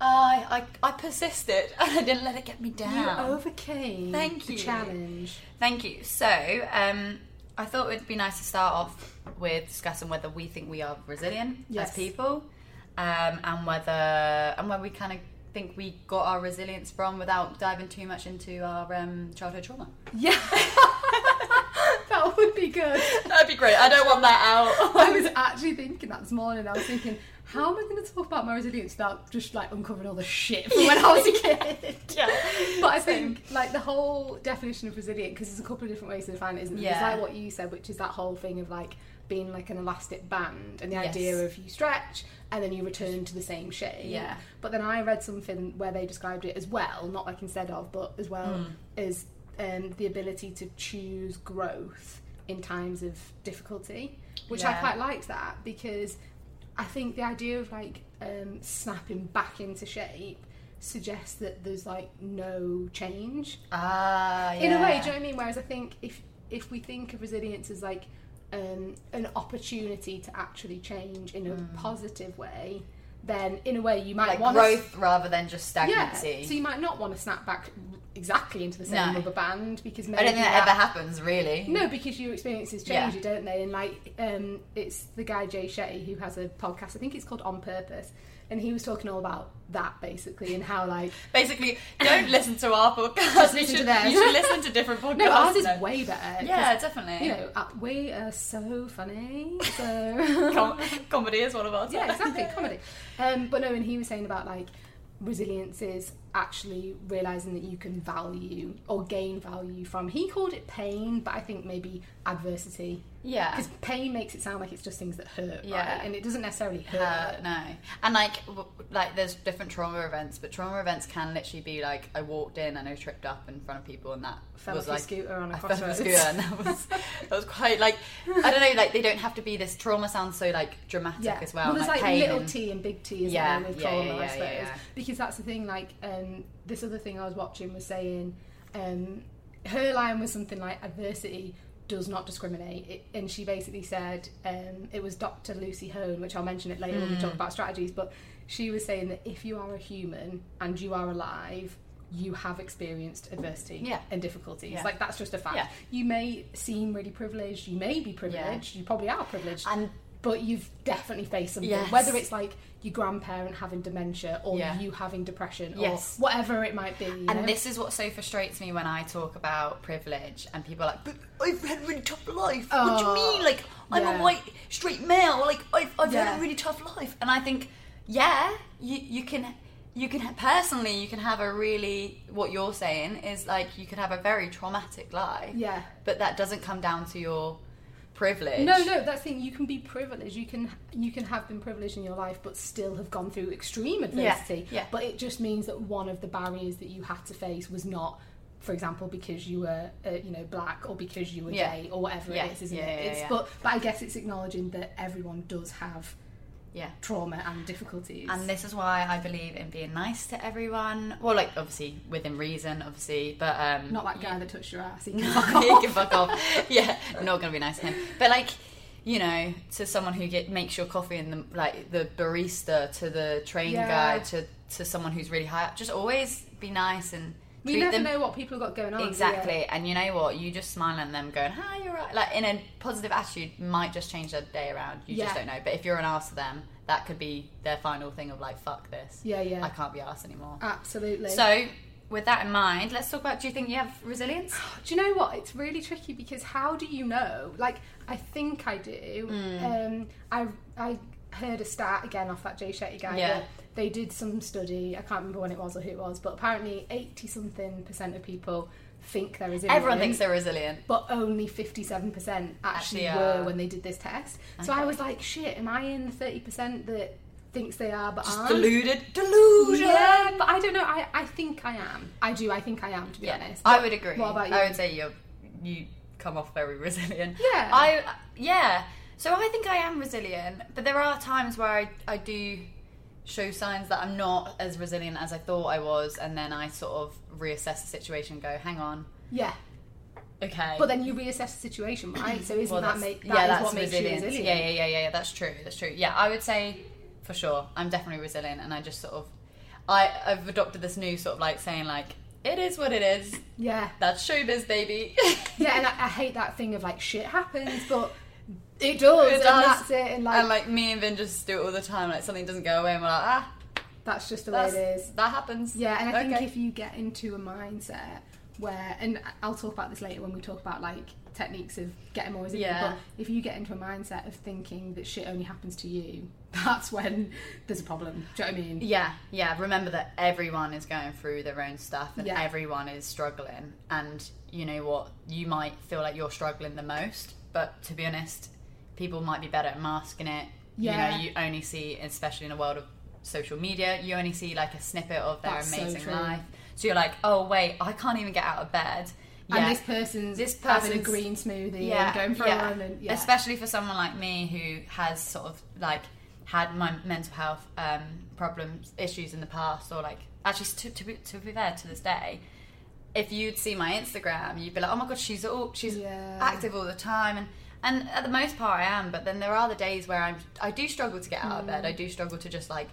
S1: I, I, I persisted *laughs* and I didn't let it get me
S2: You
S1: down.
S2: overcame
S1: Thank
S2: the
S1: you.
S2: challenge.
S1: Thank you. So, um, I thought it would be nice to start off with discussing whether we think we are resilient
S2: Yes.
S1: as people, um, and whether and where we kind of think we got our resilience from without diving too much into our um, childhood trauma.
S2: Yeah. *laughs* that would be good.
S1: *laughs* That'd be great. I don't want that
S2: I was actually thinking that this morning. I was thinking, how am I going to talk about my resilience without just like uncovering all the shit from when I was a kid?
S1: *laughs* yeah. *laughs*
S2: But I think like the whole definition of resilient, because there's a couple of different ways to define it, isn't there? It's
S1: Yeah.
S2: like what you said, which is that whole thing of like being like an elastic band and the
S1: Yes.
S2: idea of you stretch and then you return to the same shape.
S1: Yeah.
S2: But then I read something where they described it as well, not like instead of, but as well
S1: Hmm.
S2: as um, the ability to choose growth in times of difficulty, which I
S1: Yeah.
S2: quite liked that because I think the idea of like um, snapping back into shape suggests that there's like no change
S1: Ah, yeah.
S2: in a way. Do you know what I mean? Whereas I think if if we think of resilience as like um, an opportunity to actually change in a positive way, then in a way you might
S1: Mm. like
S2: want
S1: growth rather than just
S2: Yeah,
S1: stagnancy.
S2: so you might not want to snap back exactly into the same
S1: No.
S2: rubber band because maybe
S1: I don't think that,
S2: that-
S1: ever happens, really.
S2: no, because your experiences
S1: Yeah.
S2: change you, don't they? And like, um, it's the guy Jay Shetty who has a podcast. I think it's called On Purpose, and he was talking all about that basically and how
S1: *laughs*
S2: like
S1: Basically, don't listen to our podcast. *laughs* You
S2: listen to
S1: should,
S2: theirs.
S1: you should listen to different podcasts.
S2: *laughs* no, ours is
S1: No.
S2: way better. 'cause,
S1: Yeah, definitely.
S2: you know, uh, we are so funny. So
S1: *laughs*
S2: *laughs*
S1: Com- comedy is one of ours.
S2: yeah, exactly, *laughs* comedy. Um, but no, and he was saying about like resilience is actually realizing that you can value or gain value from. He called it pain, but I think maybe adversity
S1: Yeah.
S2: Because pain makes it sound like it's just things that hurt,
S1: Yeah.
S2: right? And it doesn't necessarily hurt.
S1: Uh, no, and like, w- like, there's different trauma events, but trauma events can literally be like, I walked in and I tripped up in front of people, and that
S2: Fell
S1: was
S2: off your
S1: like,
S2: scooter on a
S1: I fell off a
S2: crossroads.
S1: scooter, and that
S2: *laughs*
S1: was that was quite like, I don't know, like they don't have to be this trauma sounds so like dramatic
S2: yeah.
S1: as well. and,
S2: there's like,
S1: pain
S2: little
S1: and-
S2: T and big T as
S1: Yeah,
S2: well with
S1: yeah,
S2: trauma,
S1: yeah,
S2: I
S1: yeah,
S2: suppose.
S1: yeah, yeah.
S2: Because that's the thing. Like um, this other thing I was watching was saying, um, her line was something like adversity does not discriminate, it, and she basically said um, it was Dr. Lucy Hone, which I'll mention it later when
S1: Mm.
S2: we talk about strategies. But she was saying that if you are a human and you are alive. You have experienced adversity
S1: Yeah.
S2: and difficulties.
S1: Yeah.
S2: Like that's just a fact.
S1: Yeah.
S2: You may seem really privileged. You may be privileged. You probably are privileged
S1: and
S2: but you've definitely faced something.
S1: Yes.
S2: Whether it's like your grandparent having dementia or
S1: Yeah.
S2: you having depression
S1: Yes.
S2: or whatever it might be. you know?
S1: And this is what so frustrates me when I talk about privilege and people are like, but I've had a really tough life. what do you
S2: Oh,
S1: mean? Like, I'm
S2: yeah.
S1: a white, straight male. Like, I've, I've had
S2: Yeah.
S1: a really tough life. And I think, yeah, you, you can, you can, ha- personally, you can have a really, what you're saying is like, you could have a very traumatic life.
S2: Yeah.
S1: But that doesn't come down to your privilege.
S2: No, no, that's the thing. You can be privileged. You can you can have been privileged in your life, but still have gone through extreme adversity.
S1: yeah.
S2: But it just means that one of the barriers that you had to face was not, for example, because you were uh, you know black or because you were
S1: Yeah.
S2: gay or whatever
S1: Yeah,
S2: it is, isn't
S1: yeah,
S2: it?
S1: yeah,
S2: it's,
S1: yeah.
S2: But but I guess it's acknowledging that everyone does have
S1: Yeah.
S2: trauma and difficulties.
S1: And this is why I believe in being nice to everyone. Well, like obviously within reason, obviously, but um,
S2: not that
S1: you-
S2: guy that touched your ass. He
S1: No,
S2: can fuck
S1: *laughs* you
S2: off.
S1: can
S2: *laughs*
S1: fuck off. *laughs* Yeah, not gonna be nice to him. But like, you know, to someone who get makes your coffee and the like the barista to the train
S2: Yeah.
S1: guy to to someone who's really high up, just always be nice and
S2: We
S1: treat
S2: never
S1: them
S2: know what people have got going on. do we?
S1: exactly. And you know what? You just smile at them, going "Hi, you're right." Like in a positive attitude, might just change their day around. You just
S2: Yeah.
S1: don't know. But if you're an ass to them, that could be their final thing of like "fuck this."
S2: Yeah, yeah,
S1: I can't be asked anymore.
S2: absolutely.
S1: So, with that in mind, let's talk about do you think you have resilience?
S2: *sighs* do you know what? It's really tricky because how do you know? Like, I think I do.
S1: Hmm.
S2: Um, I I heard a stat again off that Jay Shetty guy.
S1: Yeah.
S2: that They did some study. I can't remember when it was or who it was, but apparently eighty something percent of people think they're resilient.
S1: Everyone thinks they're resilient.
S2: but only 57% actually,
S1: Actually
S2: were
S1: are.
S2: when they did this test. So
S1: Okay.
S2: I was like, shit, am I in the 30% that thinks they are but
S1: Just
S2: aren't?
S1: deluded. Delusion!
S2: Yeah, but I don't know. I, I think I am. I do. I think I am, to be honest.
S1: I
S2: What-
S1: would agree.
S2: What about you?
S1: I would say you you come off very resilient.
S2: Yeah.
S1: I yeah. So I think I am resilient, but there are times where I, I do show signs that I'm not as resilient as I thought I was, and then I sort of reassess the situation and go, hang on,
S2: yeah.
S1: okay.
S2: But then you reassess the
S1: *clears throat*
S2: situation, right? So isn't
S1: Well,
S2: that
S1: that's-
S2: make
S1: yeah,
S2: that is
S1: that's
S2: what makes you
S1: resilience.
S2: resilient?
S1: Yeah, yeah, yeah, yeah, yeah. That's true. That's true. Yeah, I would say for sure, I'm definitely resilient, and I just sort of, I I've adopted this new sort of like saying like, it is what it is.
S2: yeah.
S1: That's showbiz, baby. *laughs*
S2: Yeah, and I, I hate that thing of like shit happens, but it does,
S1: It
S2: and
S1: does.
S2: that's it, and like,
S1: and like me and Vin just do it all the time. Like something doesn't go away, and we're like, ah,
S2: that's just the way
S1: that's,
S2: it is.
S1: that happens.
S2: Yeah, and I
S1: Okay.
S2: think if you get into a mindset where, and I'll talk about this later when we talk about like techniques of getting more resilient,
S1: Yeah.
S2: but if you get into a mindset of thinking that shit only happens to you, *laughs* that's when there's a problem. Do you know what I mean?
S1: Yeah, yeah. Remember that everyone is going through their own stuff and
S2: Yeah.
S1: everyone is struggling. And you know what? You might feel like you're struggling the most, but to be honest, people might be better at masking it.
S2: Yeah.
S1: You know, you only see, especially in a world of social media, you only see like a snippet of their
S2: That's so
S1: amazing
S2: true.
S1: life. So you're like, oh, wait, I can't even get out of bed.
S2: And this person's,
S1: This
S2: having a
S1: person's-
S2: green smoothie and going for a run and yeah.
S1: especially for someone like me who has sort of like had my mental health um, problems issues in the past or like actually to, to, be, to be fair to this day if you'd see my instagram you'd be like oh my god she's all she's
S2: Yeah.
S1: active all the time and and at the most part i am but then there are the days where i'm i do struggle to get out of bed
S2: Mm.
S1: i do struggle to just like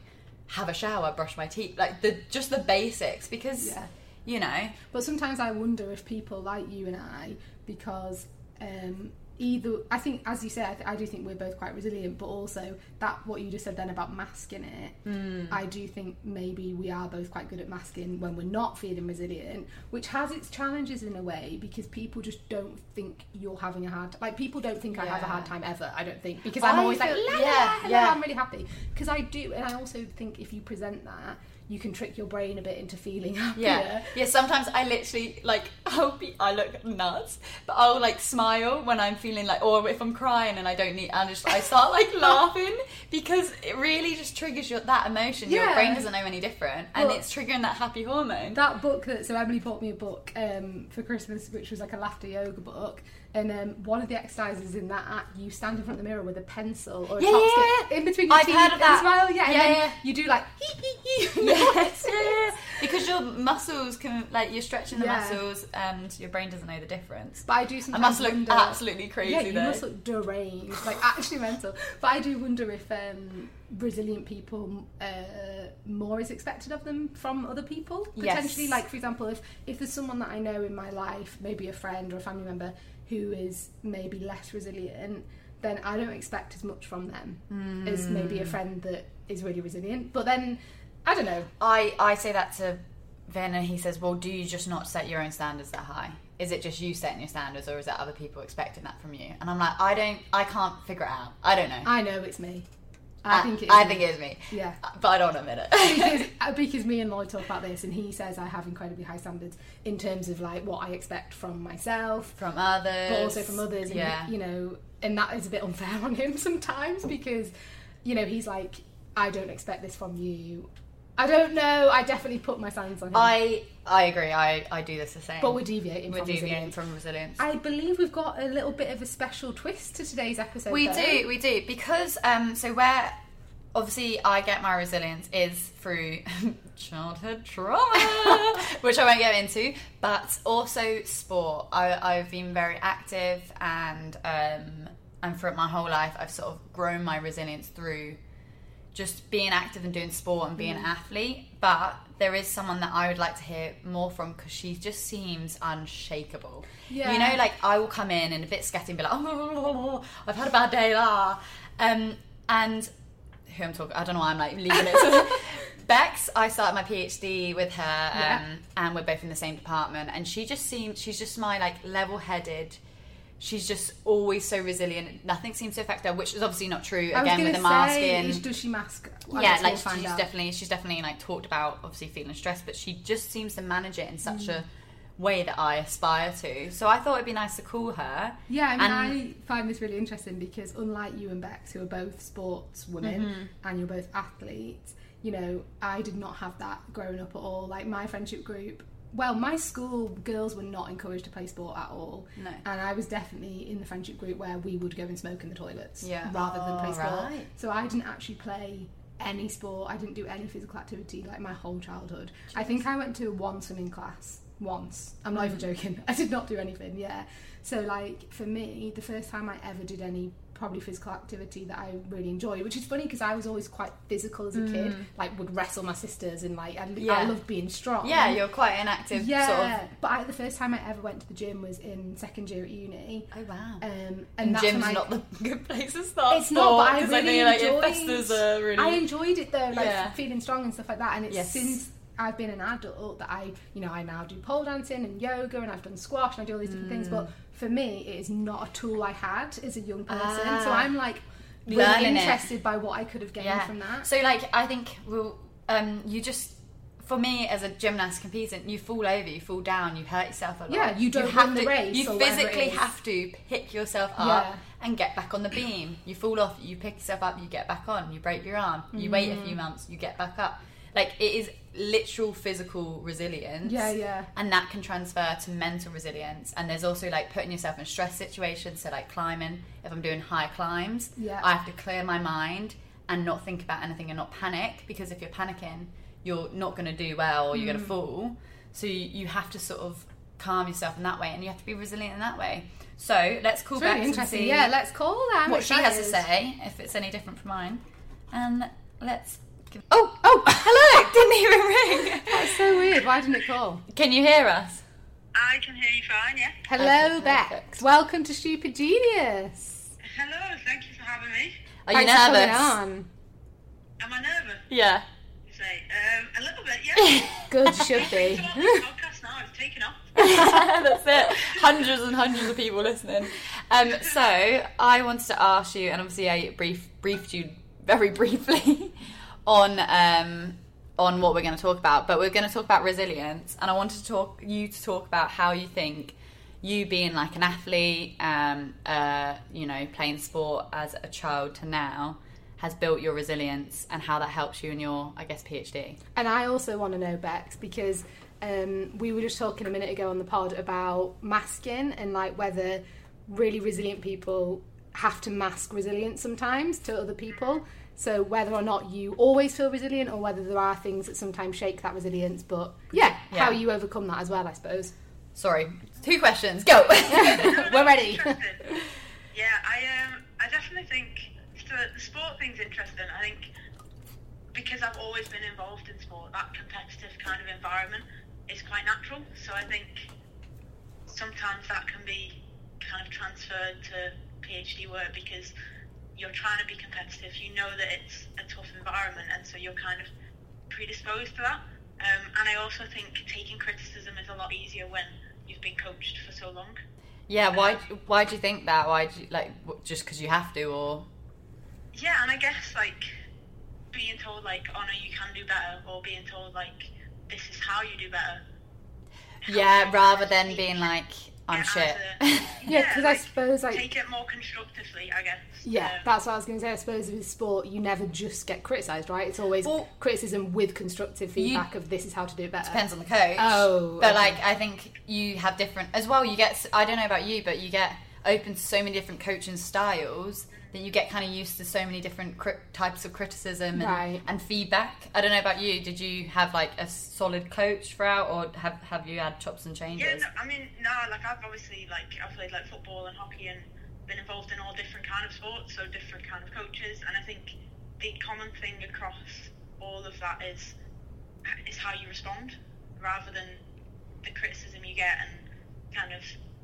S1: have a shower brush my teeth like the just the basics because
S2: Yeah.
S1: you know
S2: But sometimes I wonder if people like you and I, because um, either I think, as you say, I, th- I do think we're both quite resilient, but also that what you just said then about masking it,
S1: Mm.
S2: I do think maybe we are both quite good at masking when we're not feeling resilient, which has its challenges in a way because people just don't think you're having a hard time. Like people don't think I have a
S1: Yeah.
S2: hard time ever. I don't think because I'm
S1: I
S2: always like,
S1: feel-
S2: "La, la,
S1: yeah,
S2: la,
S1: yeah.
S2: I'm really happy because I do, and I also think if you present that. You can trick your brain a bit into feeling *laughs* happier.
S1: Yeah. Yeah, sometimes I literally like *laughs* I'll be I look nuts, but I'll like smile when I'm feeling like or if I'm crying and I don't need and just I start
S2: *laughs*
S1: like laughing because it really just triggers your that emotion. Your
S2: Yeah.
S1: brain doesn't know any different and
S2: Well-
S1: it's triggering that happy hormone.
S2: that book that so Emily bought me a book um, for Christmas, which was like a laughter yoga book, and um, one of the exercises in that you stand in front of the mirror with a pencil or a
S1: Yeah, yeah,
S2: chopstick
S1: yeah.
S2: in between your
S1: I've
S2: teeth
S1: heard of that.
S2: as well. Yeah, and
S1: Yeah,
S2: then
S1: yeah.
S2: you do like hee hee hee.
S1: Yes, yes. Because your muscles can like you're stretching the
S2: Yeah.
S1: muscles and your brain doesn't know the difference.
S2: *laughs* But I do
S1: I
S2: sometimes
S1: must look
S2: wonder,
S1: absolutely crazy
S2: Yeah, you
S1: though.
S2: must look deranged, like actually mental. But I do wonder if um, resilient people uh, more is expected of them from other people
S1: Yes.
S2: potentially. Like for example, if if there's someone that I know in my life, maybe a friend or a family member who is maybe less resilient, then I don't expect as much from them as maybe
S1: Mm.
S2: a friend that is really resilient. But then I don't know.
S1: I, I say that to Vin and he says, Well, do you just not set your own standards that high? Is it just you setting your standards or is that other people expecting that from you? And I'm like, I don't I can't figure it out. I don't know. Uh,
S2: I know it's me. I, think it's
S1: I
S2: me.
S1: think it is me.
S2: yeah.
S1: But I don't admit it.
S2: *laughs*
S1: *laughs*
S2: because, uh, because me and Lloyd talk about this, and he says I have incredibly high standards in terms of like what I expect from myself,
S1: from others.
S2: but also from others. And,
S1: Yeah.
S2: you know, and that is a bit unfair *laughs* on him sometimes because, you know, he's like, I don't expect this from you. I don't know. I definitely put my standards on him,
S1: I I agree, I, I do this the same.
S2: but we're deviating.
S1: We're
S2: from
S1: deviating
S2: resilience.
S1: from resilience.
S2: I believe we've got a little bit of a special twist to today's episode.
S1: We
S2: though.
S1: do, we do, because um, so where obviously I get my resilience is through *laughs* childhood trauma, which I won't get into, but also sport. I, I've been very active and um, and throughout my whole life, I've sort of grown my resilience through just being active and doing sport and being
S2: Mm.
S1: an athlete. But there is someone that I would like to hear more from because she just seems unshakable.
S2: Yeah.
S1: You know, like I will come in and a bit scatty and be like, oh, I've had a bad day, lah. Um, and who I'm talking, I don't know why I'm like leaving
S2: *laughs*
S1: it. Bex, I started my PhD with her, um,
S2: Yeah.
S1: and we're both in the same department. And she just seems, she's just my like level-headed. She's just always so resilient. Nothing seems to affect her, which is obviously not true.
S2: I was
S1: Again,
S2: gonna
S1: with the masking,
S2: say, is- does she mask?
S1: yeah,
S2: I guess
S1: like
S2: we'll find
S1: she's
S2: out.
S1: definitely she's definitely like talked about obviously feeling stressed, but she just seems to manage it in such
S2: Mm.
S1: a way that I aspire to. So I thought it'd be nice to call her.
S2: Yeah, I mean,
S1: And-
S2: I find this really interesting because unlike you and Bex, who are both sports women and you're both athletes, you know, I did not have that growing up at all. Like my friendship group, well, my school girls were not encouraged to play sport at all,
S1: No.
S2: and I was definitely in the friendship group where we would go and smoke in the toilets
S1: Yeah.
S2: rather than play
S1: Oh,
S2: sport.
S1: right.
S2: So I didn't actually play any sport. I didn't do any physical activity like my whole childhood. I think I went to one swimming class once. I'm
S1: Mm.
S2: not even joking. *laughs* I did not do anything. Yeah. So like for me, the first time I ever did any probably physical activity that I really enjoyed, which is funny because I was always quite physical as a kid. Like would wrestle my sisters and like I,
S1: Mm. Yeah.
S2: I loved being strong.
S1: Yeah, you're quite an active
S2: Yeah,
S1: sort of.
S2: but I, the first time I ever went to the gym was in second year at uni,
S1: Oh wow.
S2: um, and,
S1: and
S2: that's when
S1: gym's
S2: I-
S1: not the *laughs* good place to start.
S2: It's not, but I
S1: because
S2: really
S1: I think like
S2: enjoyed-
S1: investors are really.
S2: I enjoyed it though, like
S1: Yeah.
S2: feeling strong and stuff like that. And it's
S1: Yes.
S2: since I've been an adult that I, you know, I now do pole dancing and yoga and I've done squash and I do all these different things.
S1: Mm.
S2: But for me, it is not a tool I had as a young person. So
S1: Ah.
S2: I'm like really
S1: Learning it.
S2: interested by what I could have gained
S1: yeah.
S2: from that.
S1: So like I think we'll um you just. For me, as a gymnast competing, you fall over, you fall down, you hurt yourself a lot.
S2: Yeah, you don't win the
S1: to,
S2: race
S1: You
S2: or whatever it
S1: physically
S2: is.
S1: have to pick yourself up
S2: Yeah.
S1: and get back on the beam. You fall off, you pick yourself up, you get back on, you break your arm, you wait a few months, you get back up. Like it is literal physical resilience.
S2: Yeah, yeah.
S1: And that can transfer to mental resilience. And there's also like putting yourself in stress situations. So like climbing, if I'm doing high climbs,
S2: Yeah.
S1: I have to clear my mind and not think about anything and not panic because if you're panicking, you're not going to do well or you're
S2: Mm.
S1: going to fall. So you, you have to sort of calm yourself in that way and you have to be resilient in that way. So let's call
S2: It's
S1: back
S2: really interesting.
S1: and see
S2: Yeah, let's call them.
S1: what she has to say, if it's any different from mine. And let's give. Oh, oh, hello! *laughs* Didn't even ring!
S2: That's *laughs* so weird. Why didn't it call?
S1: Can you hear us?
S3: I can hear you fine, yeah.
S2: Hello,
S1: Perfect,
S2: Bex.
S1: perfect.
S2: Welcome to Stupid Genius.
S3: Hello, thank you for having me.
S1: Are
S2: Thanks
S1: Oh, you
S2: for coming
S1: nervous?
S2: on.
S3: Am I nervous?
S1: Yeah. *laughs*
S3: You say, um, a little bit, yeah.
S2: Good, you should
S3: It's
S2: be.
S1: *laughs*
S3: on this podcast now, it's taken off.
S1: That's it. Hundreds and hundreds of people listening. Um, so I wanted to ask you, and obviously I brief, briefed you very *laughs* briefly on um, on what we're going to talk about, but we're going to talk about resilience, and I wanted to talk you to talk about how you think you being like an athlete, um, uh, you know, playing sport as a child to now has built your resilience and how that helps you in your, I guess, PhD.
S2: And I also want to know Bex because um, we were just talking a minute ago on the pod about masking and like whether really resilient people have to mask resilience sometimes to other people. So whether or not you always feel resilient or whether there are things that sometimes shake that resilience, but yeah,
S1: Yeah.
S2: how you overcome that as well, I suppose.
S1: Sorry, two questions. *laughs* Go.
S2: *laughs* We're
S3: No,
S2: ready.
S3: it's interesting. yeah, I um, I definitely think so the sport thing's interesting. I think because I've always been involved in sport, that competitive kind of environment is quite natural. So I think sometimes that can be kind of transferred to PhD work because you're trying to be competitive. You know that it's a tough environment, and so you're kind of predisposed to that. Um, and I also think taking criticism is a lot easier when you've been coached for so long.
S1: Yeah, why why do you think that? Why do you, like w- just because you have to, or
S3: Yeah, and I guess like being told like, oh no, you can do better, or being told like, this is how you do better.
S1: yeah, rather than being like I'm
S3: Yeah,
S1: shit.
S3: as
S1: *laughs*
S3: a-
S2: *laughs* Yeah, because I
S3: like,
S2: suppose like
S3: take it more constructively, I guess.
S2: yeah,
S3: Um,
S2: that's what I was going to say. I suppose with sport, you never just get criticised, right? It's always
S1: Well-
S2: criticism with constructive feedback of this is how to do it better.
S1: Depends on the coach.
S2: Oh,
S1: but
S2: okay.
S1: like I think you have different as well. You get s- I don't know about you, but you get open to so many different coaching styles that you get kind of used to so many different cri- types of criticism and,
S2: Right.
S1: and feedback. I don't know about you. Did you have like a solid coach throughout, or have have you had chops and changes?
S3: Yeah, no, I mean, nah, like I've obviously like I've played like football and hockey and been involved in all different kind of sports, so different kind of coaches, and I think the common thing across all of that is is how you respond, rather than the criticism you get and kind of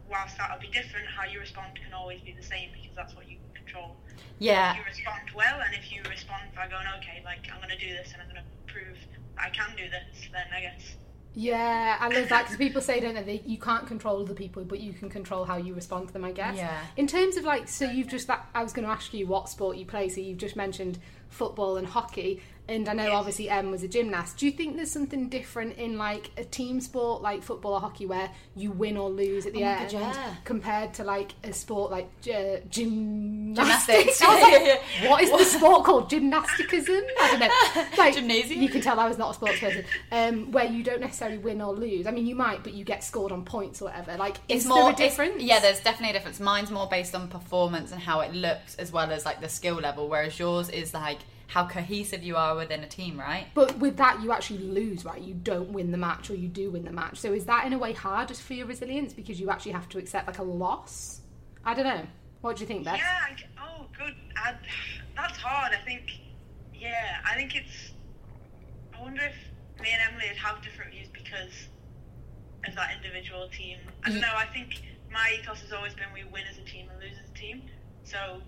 S3: whilst that'll be different, how you respond can always be the same because that's what you can control.
S1: Yeah,
S3: If you respond well, and if you respond by going, okay, like I'm going to do this and I'm going to prove that I can do this, then I guess
S2: Yeah, I love that because people say, don't they, that you can't control other people, but you can control how you respond to them, I guess.
S1: Yeah.
S2: In terms of like, so you've just, that, I was going to ask you what sport you play, so you've just mentioned football and hockey, and I know
S3: Yes.
S2: obviously Em was a gymnast. Do you think there's something different in like a team sport, like football or hockey, where you win or lose at the
S1: Oh my
S2: end
S1: God, yeah.
S2: compared to like a sport like uh, gymnastics? *laughs*
S1: Gymnastics.
S2: I was like,
S1: Yeah, *laughs* yeah.
S2: what is the sport called? Gymnasticism? I don't know.
S1: *laughs*
S2: Like,
S1: Gymnasium?
S2: You can tell I was not a sports person. Um, where you don't necessarily win or lose. I mean, you might, but you get scored on points or whatever. Like, is there a
S1: it's-
S2: difference?
S1: yeah, there's definitely a difference. Mine's more based on performance and how it looks, as well as like the skill level. Whereas yours is like how cohesive you are within a team, right?
S2: But with that, you actually lose, right? You don't win the match, or you do win the match. So is that in a way harder for your resilience because you actually have to accept like a loss? I don't know. What do you think, Beth?
S3: Yeah. I g oh, good. I, that's hard. I think. Yeah, I think it's. I wonder if me and Emily would have different views because of that individual team. I
S1: Mm-hmm.
S3: don't know. I think my ethos has always been we win as a team and lose as a team. So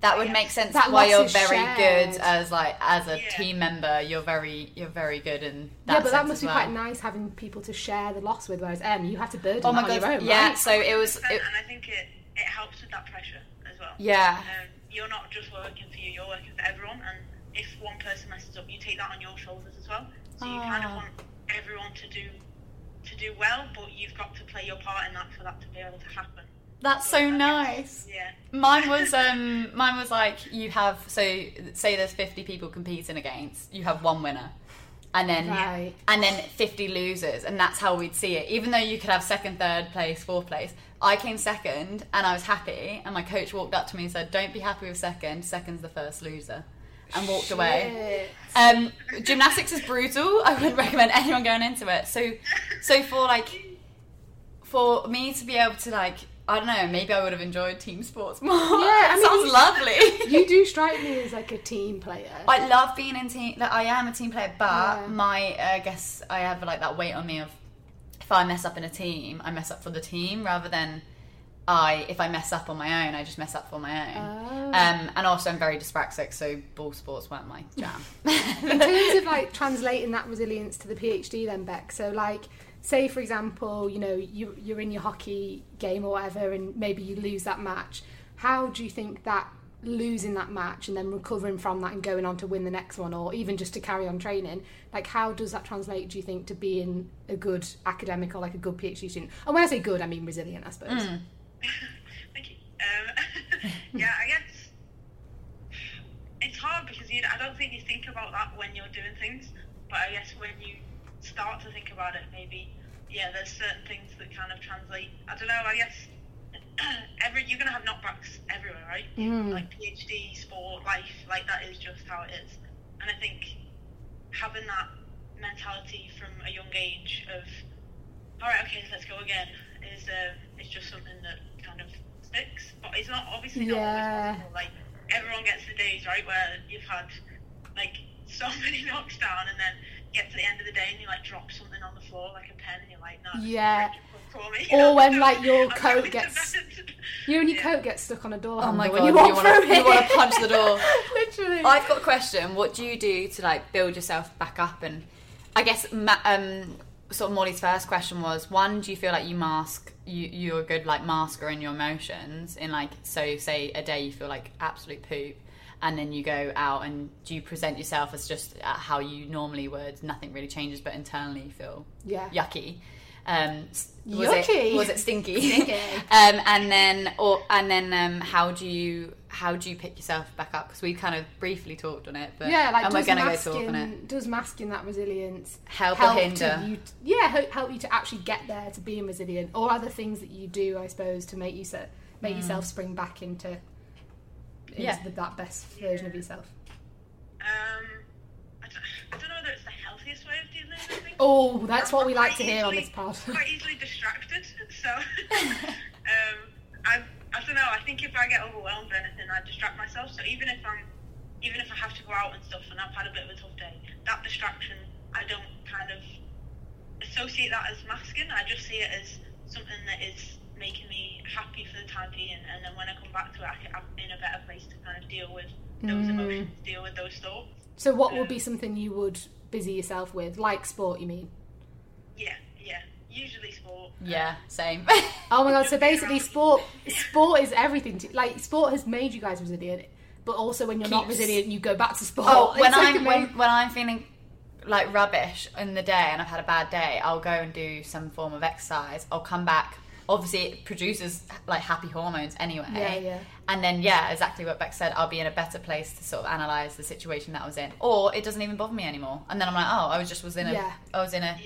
S1: That would
S3: Yeah.
S1: make sense
S2: That
S1: why
S2: loss
S1: you're
S2: is
S1: very
S2: shared.
S1: good as like as a
S3: Yeah.
S1: team member. You're very you're very good in that.
S2: Yeah, but that
S1: sense
S2: must
S1: as
S2: be
S1: well.
S2: quite nice having people to share the loss with. Whereas Em, you have to burden
S1: Oh
S2: that
S1: my
S2: on
S1: god!
S2: your own,
S1: yeah,
S2: right?
S1: so it was.
S3: and,
S1: It,
S3: and I think it it helps with that pressure as well.
S1: Yeah.
S3: Um, you're not just working for you; you're working for everyone. And if one person messes up, you take that on your shoulders as well. So you kind of
S1: Ah.
S3: want everyone to do to do well, but you've got to play your part in that for that to be able to happen.
S1: that's
S3: I
S1: so
S3: guess,
S1: nice.
S3: Yeah.
S1: Mine was um mine was like you have so say there's 50 people competing against you have one winner and then
S2: Right.
S1: and then 50 losers and that's how we'd see it even though you could have second third place fourth place I came second and I was happy and my coach walked up to me and said don't be happy with second second's the first loser and walked away
S2: Shit.
S1: um, gymnastics is brutal. I wouldn't recommend anyone going into it. So, so for like, for me to be able to like, I don't know, maybe I would have enjoyed team sports more. Yeah,
S2: I mean,
S1: sounds
S2: you- *laughs*
S1: lovely.
S2: You do strike me as like a team player.
S1: I love being in team. Like, I am a team player, but
S2: Yeah.
S1: my uh, I guess I have like that weight on me of if I mess up in a team, I mess up for the team rather than I if I mess up on my own, I just mess up for my own.
S2: Oh.
S1: Um, and also, I'm very dyspraxic, so ball sports weren't my
S2: *laughs*
S1: jam.
S2: in terms of like translating that resilience to the PhD then Beck so like say for example you know you, you're in your hockey game or whatever and maybe you lose that match how do you think that losing that match and then recovering from that and going on to win the next one or even just to carry on training like how does that translate do you think to being a good academic or like a good PhD student and when I say good I mean resilient I suppose
S1: Mm. Hmm.
S3: *laughs* Thank you. Um, *laughs* yeah, I guess it's hard because you. I don't think you think about that when you're doing things, but I guess when you start to think about it, maybe yeah, there's certain things that kind of translate. I don't know. I guess *clears throat* every you're gonna have knockbacks everywhere, right? Like PhD, sport, life, like that is just how it is. And I think having that mentality from a young age of all right, okay, let's go again. Is um, it's just something that kind of sticks, but it's not obviously not
S2: Yeah.
S3: always possible. Like everyone gets the days right where you've had like so *laughs* many knocks down, and then get to the end of the day and you like drop something on the floor, like a pen, and you're like, no,
S2: Yeah.
S3: for me. *laughs*
S2: Or when, like, your
S3: I'm
S2: coat
S3: going to
S2: gets-
S3: bed.
S2: you and your
S3: Yeah.
S2: coat gets stuck on a door
S1: Oh
S2: handle
S1: my
S2: when
S1: God,
S2: you
S1: you
S2: walk
S1: wanna-
S2: through
S1: you
S2: it.
S1: wanna punch the *laughs* door.
S2: *laughs* literally
S1: I've got a question. What do you do to like build yourself back up? And I guess ma- um, sort of Molly's first question was one: Do you feel like you mask you you're a good like masker in your emotions? In like so, say a day you feel like absolute poop, and then you go out and do you present yourself as just uh, how you normally would? Nothing really changes, but internally you feel
S2: yeah
S1: yucky. Um, s- was
S2: Yucky.
S1: It, was it stinky?
S2: *laughs* Stinky.
S1: *laughs* um, and then, or and then, um, how do you how do you pick yourself back up? Because we kind of briefly talked on it, but
S2: yeah, like
S1: and we're
S2: does,
S1: going to go
S2: masking,
S1: talk on it.
S2: does masking that resilience
S1: Help or hinder?
S2: To you, yeah, help, help you to actually get there to being resilient, or other things that you do, I suppose, to make you so, make yourself spring back into into
S1: Mm. Yeah.
S2: the, that best version of yourself.
S3: Um, I don't, I don't know whether it's the healthiest way of dealing with things.
S2: Oh, that's what we like to hear on this pod. *laughs*
S3: I'm Quite easily distracted, so *laughs* um, I, I don't know. I think if I get overwhelmed or anything, I distract myself. So even if I'm, even if I have to go out and stuff, and I've had a bit of a tough day, that distraction, I don't kind of associate that as masking. I just see it as something that is making me happy for the time being, and then when I come back to it, I can, I'm in a better place to kind of deal with those emotions, deal with those thoughts.
S2: So, what would be something you would busy yourself with, like sport? You mean?
S3: Yeah, yeah. Usually sport.
S1: Yeah,
S2: *laughs*
S1: same.
S2: Oh my god! So basically, sport sport is everything. To, like, sport has made you guys resilient, but also when you're not
S1: Keeps-
S2: resilient, you go back to sport. *laughs*
S1: Oh, when
S2: It's like
S1: I'm when,
S2: amazing.
S1: when I'm feeling like rubbish in the day and I've had a bad day, I'll go and do some form of exercise. I'll come back. Obviously, it produces like happy hormones anyway.
S2: Yeah, yeah.
S1: And then yeah, exactly what Beck said. I'll be in a better place to sort of analyze the situation that I was in, or it doesn't even bother me anymore. And then I'm like, oh, I was just was in a I
S2: Yeah.
S1: was in a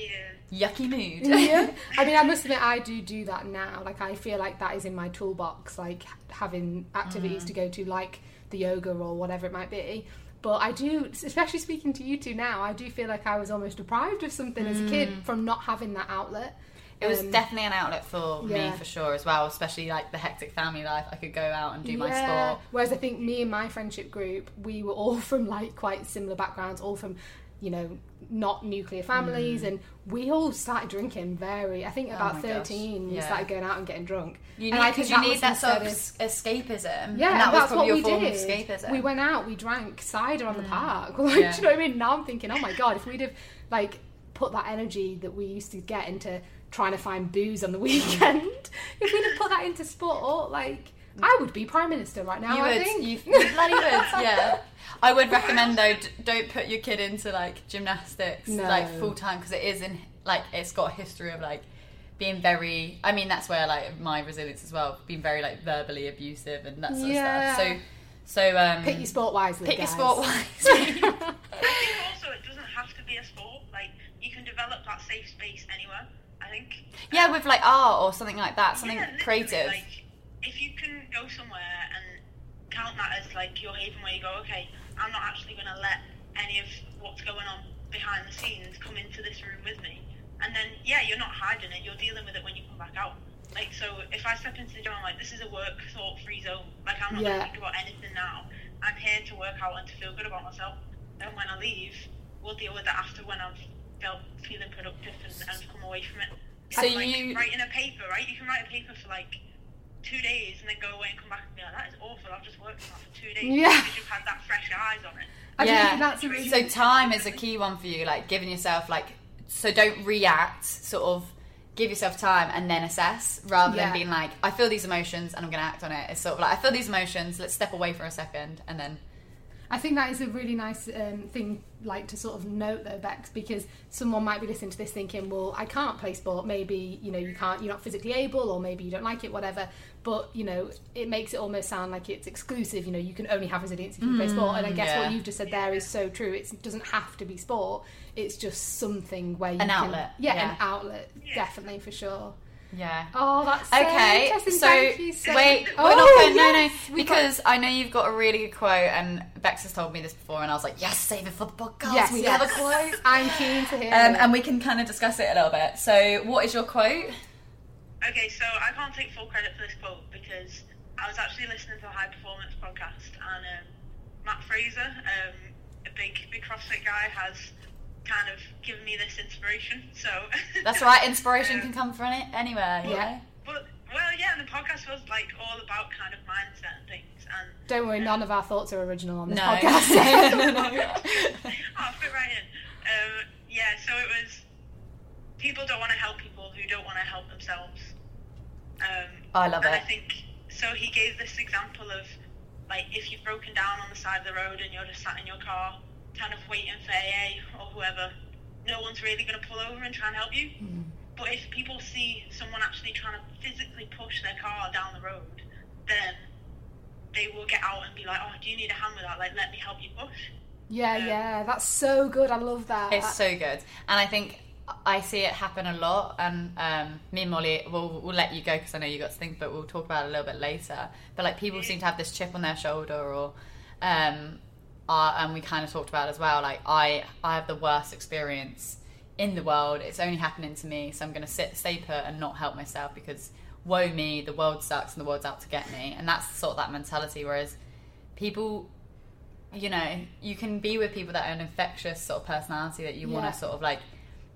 S3: Yeah.
S1: yucky mood.
S2: yeah. *laughs* I mean, I must admit, I do do that now. Like, I feel like that is in my toolbox, like ha- having activities
S1: Mm.
S2: to go to, like the yoga or whatever it might be. But I do, especially speaking to you two now, I do feel like I was almost deprived of something as a kid
S1: Mm.
S2: from not having that outlet.
S1: *laughs* It was
S2: Um,
S1: definitely an outlet for
S2: yeah.
S1: me for sure as well, especially like the hectic family life. I could go out and do my sport.
S2: Whereas I think me and my friendship group, we were all *laughs* from like quite similar backgrounds, all from, you know, not nuclear families, and we all started drinking very. I think about
S1: Mm. Oh my gosh.
S2: thirteen, we
S1: Yeah.
S2: started going out and getting drunk.
S1: You
S2: And
S1: need
S2: I think
S1: because you need
S2: was
S1: that sort of
S2: instead
S1: es- escapism.
S2: Yeah,
S1: and that was
S2: that's
S1: probably
S2: what
S1: your
S2: we
S1: form
S2: did.
S1: of escapism. Mm.
S2: We went out, we drank cider on the park. *laughs* Like,
S1: Yeah.
S2: Do you know what I mean? Now I'm thinking, oh my god, if we'd have like put that energy that we used to get into trying to find booze on the *laughs* weekend, if we'd have put that into sport, like I would be prime minister right now.
S1: Mm. you
S2: I
S1: would,
S2: think
S1: you, you bloody would, yeah. I would recommend though, d- don't put your kid into like gymnastics
S2: No.
S1: like full time because it is in like it's got a history of like being very. I mean, that's where like my resilience as well, being very like verbally abusive and that sort
S2: Yeah.
S1: of stuff. So, so um,
S2: *laughs* Pick your sport wisely.
S1: pick your
S2: guys. *laughs*
S1: sport wisely. *laughs*
S3: I think also it doesn't have to be a sport. Like you can develop that safe space anywhere. I think.
S1: yeah, with like art or something like that, something
S3: Yeah, literally,
S1: creative.
S3: Like if you can go somewhere and count that as like your haven where you go, okay, I'm not actually going to let any of what's going on behind the scenes come into this room with me. And then yeah, you're not hiding it. You're dealing with it when you come back out. Like so, if I step into the gym, I'm like, this is a work thought free zone. Like I'm not
S2: Yeah.
S3: going to think about anything now. I'm here to work out and to feel good about myself. And when I leave, we'll deal with that after when I've felt feeling productive and, and come away from it. It's
S1: So
S3: like
S1: you-
S3: writing a paper, right? You can write a paper for like two days and then go away and come back and be like, that is awful. I've just worked on that for two days
S2: Yeah.
S3: because you've had that fresh eyes on it.
S2: I do
S1: yeah.
S2: think that's a really
S1: so time is a key one for you like giving yourself like so don't react sort of give yourself time and then assess rather
S2: Yeah.
S1: than being like i feel these emotions and i'm gonna act on it it's sort of like i feel these emotions let's step away for a second and then
S2: I think that is a really nice um, thing, like to sort of note though, Bex, because someone might be listening to this thinking, well, I can't play sport. Maybe you know you can't, you're not physically able, or maybe you don't like it, whatever. But you know, it makes it almost sound like it's exclusive. You know, you can only have resilience if you play sport. And I guess
S1: Mm, yeah.
S2: what you've just said there is so true. It's, it doesn't have to be sport. It's just something where you
S1: An
S2: can,
S1: outlet,
S2: Yeah,
S1: yeah.
S2: an outlet, definitely for sure.
S1: yeah
S2: Oh, that's so
S1: okay
S2: Interesting.
S1: so
S2: Thank you so
S1: wait
S2: Oh,
S1: we're not going
S2: yes,
S1: no no because i know you've got a really good quote and bex has told me this before and i was like yes save it for the podcast
S2: Yes,
S1: we
S2: yes.
S1: have a quote
S2: I'm keen to hear.
S1: um,
S2: it.
S1: and we can kind of discuss it a little bit so what is your quote
S3: Okay, so I can't take full credit for this quote because I was actually listening to a high performance podcast and um, Matt Fraser, um, a big big CrossFit guy, has kind of given me this inspiration. So
S1: that's right
S3: *laughs*
S1: inspiration can come from it anywhere you
S2: Yeah.
S1: know?
S3: But well, yeah, and the podcast was like all about kind of mindset and things, and
S2: Don't worry, none of our thoughts are original on this
S1: *laughs* No.
S2: podcast. *laughs*
S3: Oh, I'll fit right in. Um, yeah, so it was people don't want to help people who don't want to help themselves. Um,
S1: *laughs* I love
S3: and I
S1: it.
S3: think so. He gave this example of like if you've broken down on the side of the road and you're just sat in your car, kind of waiting for AA or whoever, no one's really going to pull over and try and help you.
S1: Mm.
S3: But if people see someone actually trying to physically push their car down the road, then they will get out and be like, "Oh, do you need a hand with that? Like, let me help you push."
S2: yeah, yeah, that's so good. I love that.
S1: It's so good. And I think I see it happen a lot, and um, me and Molly, we'll, we'll let you go because I know you got to think, but we'll talk about it a little bit later. But like people seem to have this chip on their shoulder, or um, are, and we kind of talked about as well. Like I, I have the worst experience in the world. It's only happening to me, so I'm going to sit, stay put, and not help myself because woe me, the world sucks, and the world's out to get me. And that's sort of that mentality. Whereas people you know, you can be with people that are an infectious sort of personality that you
S2: Yeah.
S1: want to sort of like,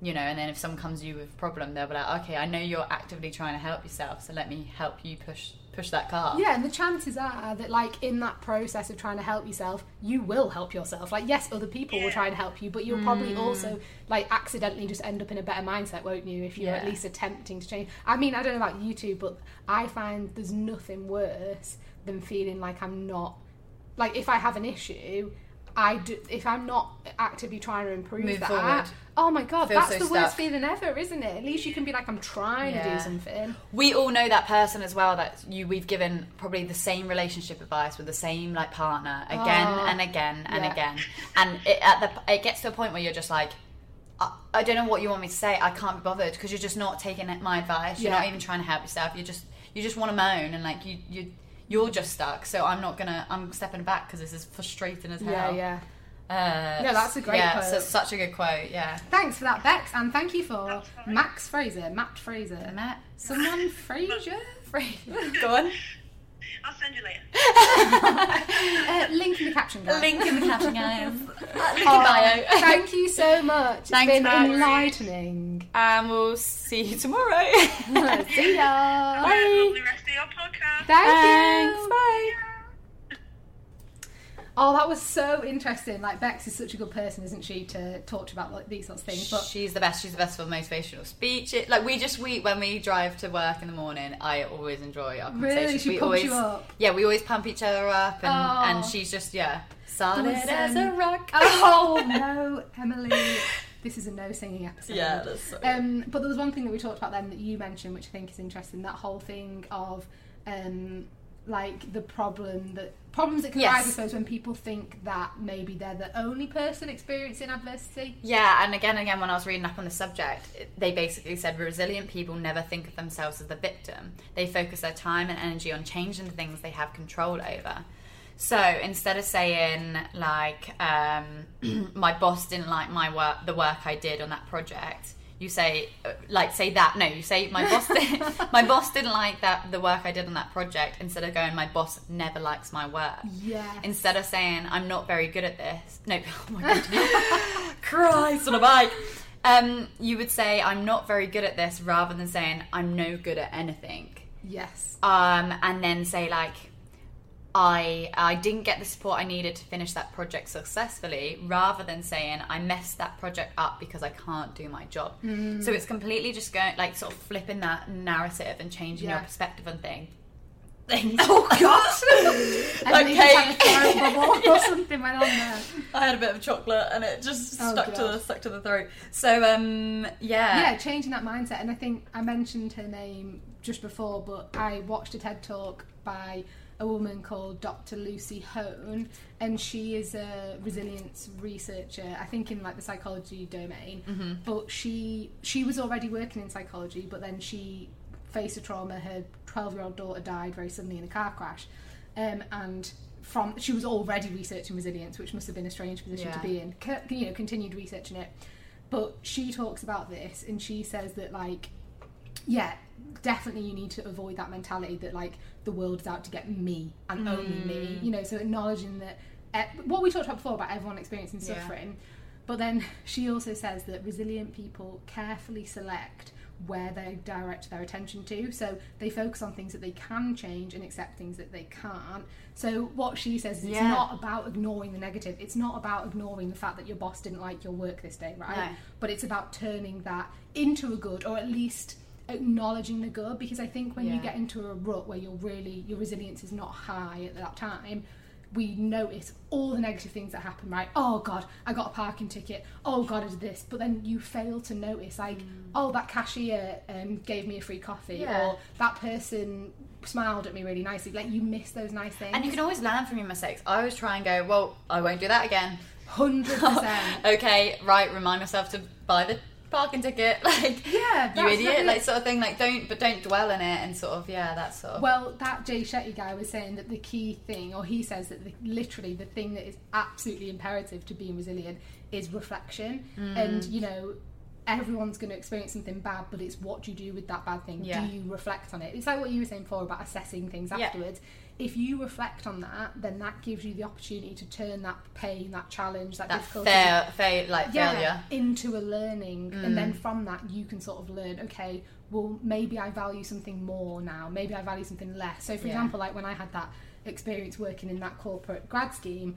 S1: you know, and then if someone comes to you with a problem, they'll be like, okay, I know you're actively trying to help yourself, so let me help you push push that car.
S2: Yeah, and the chances are that, like, in that process of trying to help yourself, you will help yourself. Like, yes, other people will
S3: Yeah.
S2: try and help you, but you'll probably
S1: Mm.
S2: also, like, accidentally just end up in a better mindset, won't you, if you're at
S1: Yeah.
S2: least attempting to change? I mean, I don't know about you two, but I find there's nothing worse than feeling like I'm not, like, if I have an issue. I do, if I'm not actively trying to improve
S1: Move
S2: that,
S1: forward.
S2: oh my god,
S1: Feel
S2: that's
S1: so
S2: the worst
S1: stuck.
S2: feeling ever, isn't it? At least you can be like, I'm trying to do
S1: Yeah.
S2: something.
S1: We all know that person as well that you we've given probably the same relationship advice with the same like partner again
S2: Oh,
S1: and again and
S2: yeah.
S1: again, and it at the it gets to a point where you're just like. I, I don't know what you want me to say. I can't be bothered because you're just not taking it- my advice. You're
S2: Yeah.
S1: not even trying to help yourself. You just you just want to moan and like you you you're just stuck. So I'm not gonna. I'm stepping back because this is frustrating as
S2: Yeah,
S1: hell.
S2: yeah.
S1: Uh,
S2: No, that's a great
S1: yeah,
S2: quote.
S1: So it's such a good quote. Yeah.
S2: Thanks for that, Bex, and thank you for
S3: That's fine.
S2: Max Fraser, Matt Fraser, *laughs*
S1: Matt,
S2: someone
S1: *laughs*
S2: Fraser.
S1: free. Go on.
S3: I'll send you later.
S1: *laughs*
S2: Uh, link in the caption. guys.
S1: Link in the caption,
S2: *laughs*
S1: guys. Link in
S2: Oh,
S1: bio.
S2: *laughs* thank you so much. It's
S1: Thanks,
S2: been
S1: Max.
S2: enlightening.
S1: *laughs* and we'll see you
S2: *laughs*
S1: tomorrow.
S2: See ya.
S3: Have a lovely rest of your podcast.
S2: Thank
S1: Thanks.
S2: you.
S1: Bye.
S2: Oh, that was so interesting. Like Bex is such a good person, isn't she, to talk to about like these sorts of things? But
S1: She's the best. She's the best for motivational speech. It, like we just we when we drive to work in the morning, I always enjoy our
S2: Really?
S1: conversations.
S2: She
S1: we
S2: pumps
S1: always,
S2: you up?
S1: yeah, we always pump each other up, and, and
S2: Oh.
S1: she's just yeah, solid
S2: Listen.
S1: as a rock. *laughs*
S2: oh no, Emily, this is a no singing episode.
S1: yeah, that's so good.
S2: Um, but there was one thing that we talked about then that you mentioned, which I think is interesting. That whole thing of um, like the problem that problems that can
S1: Yes.
S2: arise, I suppose, when people think that maybe they're the only person experiencing adversity.
S1: Yeah, and again, again, when I was reading up on the subject, it- they basically said resilient people never think of themselves as the victim. They focus their time and energy on changing the things they have control over. So instead of saying like, um, *clears throat* "My boss didn't like my work, the work I did on that project," you say uh, like, "Say that." No, you say, "My boss, did, *laughs* my boss didn't like that the work I did on that project." Instead of going, "My boss never likes my work."
S2: Yeah.
S1: instead of saying I'm not very good at this. *laughs* No, oh my god, Christ on a bike. Um, you would say I'm not very good at this rather than saying I'm no good at anything.
S2: yes.
S1: Um, and then say like I I didn't get the support I needed to finish that project successfully, rather than saying I messed that project up because I can't do my job. So it's completely just going like sort of flipping that narrative and changing
S2: Yeah.
S1: your perspective on thing. Things. *laughs* Oh *laughs* god!
S2: Emily just had a throat
S1: *laughs*
S2: bubble or something went on there.
S1: I had a bit of chocolate and it just
S2: Oh,
S1: stuck to
S2: God.
S1: the stuck to the throat. So um yeah.
S2: yeah, changing that mindset. And I think I mentioned her name just before, but I watched a TED talk by a woman called Dr. Lucy Hone, and she is a resilience researcher. I think in like the psychology domain, but she she was already working in psychology, but then she faced a trauma. Her 12 year old daughter died very suddenly in a car crash, um, and from she was already researching resilience, which must have been a strange position to
S1: Yeah.
S2: be in. Co- you know, continued researching it. But she talks about this and she says that, like, yeah, definitely you need to avoid that mentality that, like, the world's out to get me and only
S1: Mm.
S2: me. You know, so acknowledging that eh, what we talked about before about everyone experiencing
S1: Yeah.
S2: suffering. But then she also says that resilient people carefully select where they direct their attention to. So they focus on things that they can change and accept things that they can't. So what she says is it's
S1: Yeah.
S2: not about ignoring the negative. It's not about ignoring the fact that your boss didn't like your work this day, right?
S1: No.
S2: But it's about turning that into a good or at least acknowledging the good because I think when you
S1: Yeah.
S2: get into a rut where you're really your resilience is not high at that time, we notice all the negative things that happen, right? Oh god, I got a parking ticket. Oh god, I did this. But then you fail to notice like, oh that cashier um, gave me a free coffee
S1: Mm. Yeah.
S2: or that person smiled at me really nicely. Like you miss those nice things.
S1: And you can always learn from your mistakes. I always try and go, well, I won't do that again. *laughs*
S2: hundred percent.
S1: okay, right, remind myself to buy the parking ticket, *laughs* like
S2: Yeah,
S1: you
S2: that's
S1: idiot,
S2: it.
S1: like sort of thing. Like don't, but don't dwell in it, and sort of yeah, that sort of.
S2: Well, that Jay Shetty guy was saying that the key thing, or he says that the, literally the thing that is absolutely imperative to being resilient is reflection.
S1: Mm.
S2: And, you know, everyone's going to experience something bad, but it's what you do with that bad thing.
S1: Yeah.
S2: Do you reflect on it? It's like what you were saying before about assessing things
S1: Yeah.
S2: afterwards. If you reflect on that, then that gives you the opportunity to turn that pain, that challenge, that,
S1: that
S2: difficulty,
S1: fail, fail, like failure. Mm.
S2: into a learning and then from that you can sort of learn okay well maybe i value something more now maybe i value something less so for
S1: Yeah.
S2: example like when i had that experience working in that corporate grad scheme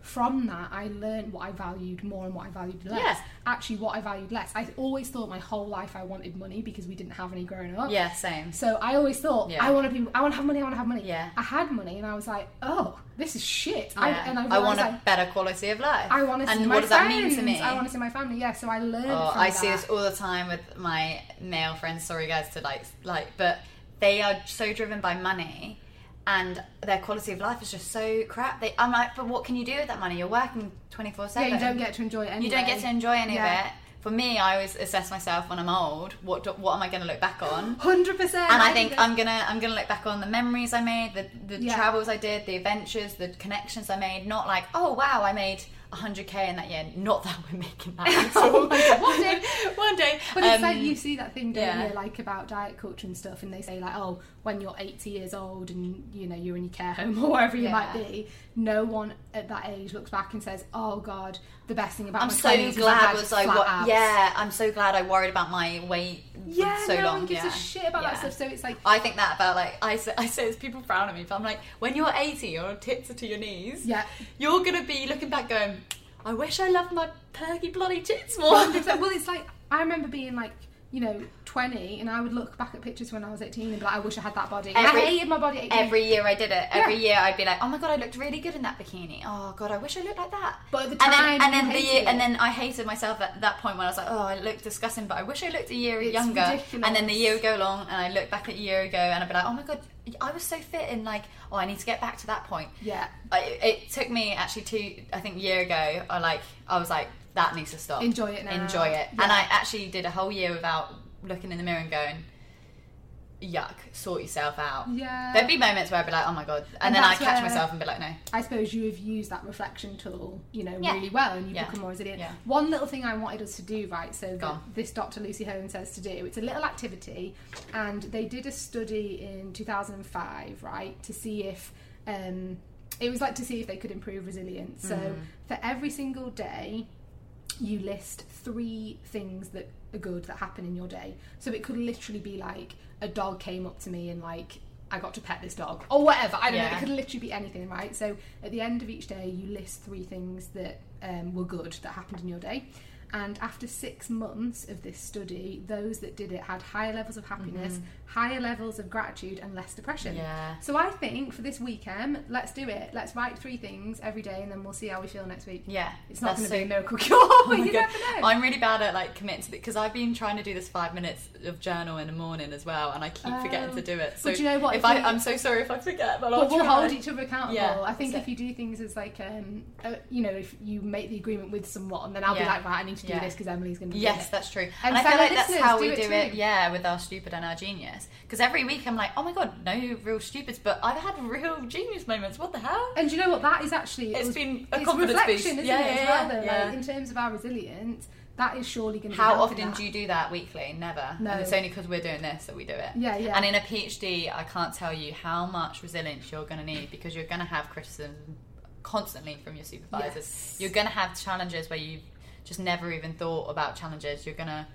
S2: from that i learned what i valued more and what i valued less
S1: Yeah.
S2: actually what i valued less i always thought my whole life i wanted money because we didn't have any growing up
S1: Yeah, same.
S2: so I always thought
S1: Yeah.
S2: I want to be, I want to have money, I want to have money.
S1: Yeah.
S2: I had money, and I was like, oh, this is shit. I,
S1: Yeah.
S2: and I,
S1: I want
S2: realised
S1: a better quality of life.
S2: I want to see
S1: And
S2: my
S1: what does that mean to
S2: friends.
S1: me?
S2: I want to see my family. Yeah, so I learned.
S1: Oh,
S2: from
S1: I
S2: that.
S1: see this all the time with my male friends. Sorry, guys, to like, like, but they are so driven by money, and their quality of life is just so crap. They, I'm like, but what can you do with that money? You're working twenty four
S2: Yeah,
S1: seven.
S2: you don't get to enjoy it. Anyway.
S1: You don't get to enjoy any
S2: Yeah.
S1: of it. For me, I always assess myself when I'm old. What do, what am I going to look back on?
S2: Hundred percent.
S1: and I think um, I'm gonna I'm gonna look back on the memories I made, the the
S2: Yeah.
S1: travels I did, the adventures, the connections I made. Not like oh wow I made 100k in that year. Not that we're making
S2: *laughs*
S1: that. At all.
S2: Oh my God, one day.
S1: *laughs* one day.
S2: But it's
S1: Um,
S2: like you see that thing, don't
S1: yeah.
S2: you, like about diet culture and stuff, and they say like, oh, when you're 80 years old and you know you're in your care home *laughs* or wherever you might
S1: Yeah.
S2: be, no one at that age looks back and says, oh God, the best thing about
S1: I'm
S2: my
S1: so
S2: 20s I
S1: glad
S2: had
S1: was I
S2: flat
S1: wa-
S2: abs."
S1: yeah I'm so glad I worried about my weight for
S2: yeah,
S1: so
S2: no
S1: long
S2: one gives
S1: yeah.
S2: a shit about that
S1: Yeah.
S2: stuff. So it's like,
S1: I think that about like I say, I say this people frown at me but I'm like when you're 80 your tits are to your knees
S2: yeah,
S1: you're gonna be looking back going I wish I loved my perky bloody tits more
S2: Well, it's like- well, it's like I remember being like, you know, 20, and I would look back at pictures when I was 18 and be like, I wish I had that body.
S1: Every-
S2: I hated my body. At 18.
S1: Every year I did it. Every year I'd be like, "Oh my god, I looked really good in that bikini. Oh god, I wish I looked like that."
S2: But at the
S1: and then, and
S2: time, you
S1: then the
S2: hated
S1: year,
S2: it.
S1: and then I hated myself at that point when I was like, "Oh, I look disgusting, but I wish I looked a year younger."
S2: ridiculous.
S1: And then the year would go along, and I look back at a year ago, and I'd be like, "Oh my god, I was so fit," and like, "Oh, I need to get back to that point."
S2: yeah.
S1: I, it took me actually two, I think, year ago. I like, I was like, "That needs to stop."
S2: Enjoy it now.
S1: Enjoy it.
S2: Yeah.
S1: And I actually did a whole year without looking in the mirror and going, "Yuck, sort yourself out."
S2: Yeah.
S1: There'd be moments where I'd be like, oh my god, and,
S2: And
S1: then I
S2: that's
S1: catch
S2: where-
S1: myself and be like, no.
S2: I suppose you have used that reflection tool, you know,
S1: Yeah.
S2: really well, and you
S1: Yeah.
S2: become more resilient.
S1: Yeah.
S2: One little thing I wanted us to do, right? So
S1: Go
S2: that
S1: on.
S2: this Dr. Lucy Hone says to do. It's a little activity, and they did a study in 2005, right, to see if um, it was like to see if they could improve resilience. So
S1: Mm-hmm.
S2: for every single day, you list three things that are good that happen in your day. So it could literally be like a dog came up to me and like I got to pet this dog or whatever. I don't know.
S1: Yeah.
S2: It could literally be anything, right? So at the end of each day, you list three things that um, were good that happened in your day. And after six months of this study, those that did it had higher levels of happiness, higher levels of gratitude, and less depression.
S1: Mm-hmm. Yeah.
S2: So I think for this weekend, let's do it. Let's write three things every day, and then we'll see how we feel next week.
S1: Yeah.
S2: It's not going
S1: That's
S2: to be a
S1: so-
S2: miracle *laughs* cure, but
S1: *laughs* Oh my
S2: you
S1: God.
S2: never know.
S1: I'm really bad at like committing to it because I've been trying to do this five minutes of journal in the morning as well, and I keep forgetting
S2: Oh.
S1: to do it. So
S2: do you know what?
S1: If,
S2: If
S1: I,
S2: we-
S1: I'm so sorry if I forget, but, I'll
S2: But we'll
S1: try.
S2: hold each other accountable.
S1: Yeah,
S2: I think
S1: that's
S2: if you do things as like, um, uh, you know, if you make the agreement with someone, then I'll be
S1: Yeah.
S2: like, right, I need to do
S1: Yeah.
S2: this because Emily's going to do
S1: Yes,
S2: it.
S1: that's true.
S2: And
S1: And, I feel
S2: fellow
S1: like that's
S2: listeners,
S1: how
S2: do
S1: we
S2: it
S1: do it.
S2: too.
S1: Yeah, with our stupid and our genius. Because every week I'm like, oh my god, no real stupids, but I've had real genius moments. What the hell?
S2: And you know what? That is actually it
S1: It's
S2: was-
S1: been a
S2: it's
S1: confidence
S2: reflection,
S1: boost.
S2: isn't
S1: Yeah,
S2: it? as
S1: yeah,
S2: well,
S1: yeah,
S2: though?
S1: yeah.
S2: Like, in terms of our resilience, that is surely going to.
S1: How
S2: be
S1: often
S2: that.
S1: do you do that weekly? Never.
S2: No.
S1: And it's only because we're doing this that we do it.
S2: Yeah, yeah.
S1: And in a PhD, I can't tell you how much resilience you're going to need because you're going to have criticism constantly from your supervisors.
S2: Yes.
S1: You're going to have challenges where you just never even thought about challenges. You're going to.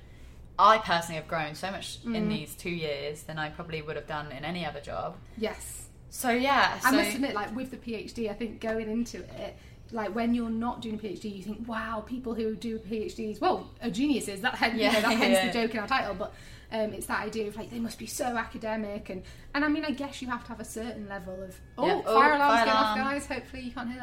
S1: I personally have grown so much
S2: Mm.
S1: in these two years than I probably would have done in any other job.
S2: Yes.
S1: So yeah, so
S2: I must admit, like with the PhD, I think going into it, like when you're not doing a PhD, you think, wow, people who do PhDs, well, are geniuses. That hen- you
S1: Yeah, *laughs*
S2: know, that hence
S1: yeah.
S2: the joke in our title, but um, it's that idea of like they must be so academic, and and I mean, I guess you have to have a certain level of oh,
S1: Yeah. Oh,
S2: fire alarm's
S1: fire
S2: going off,
S1: alarm.
S2: guys. Hopefully you can't hear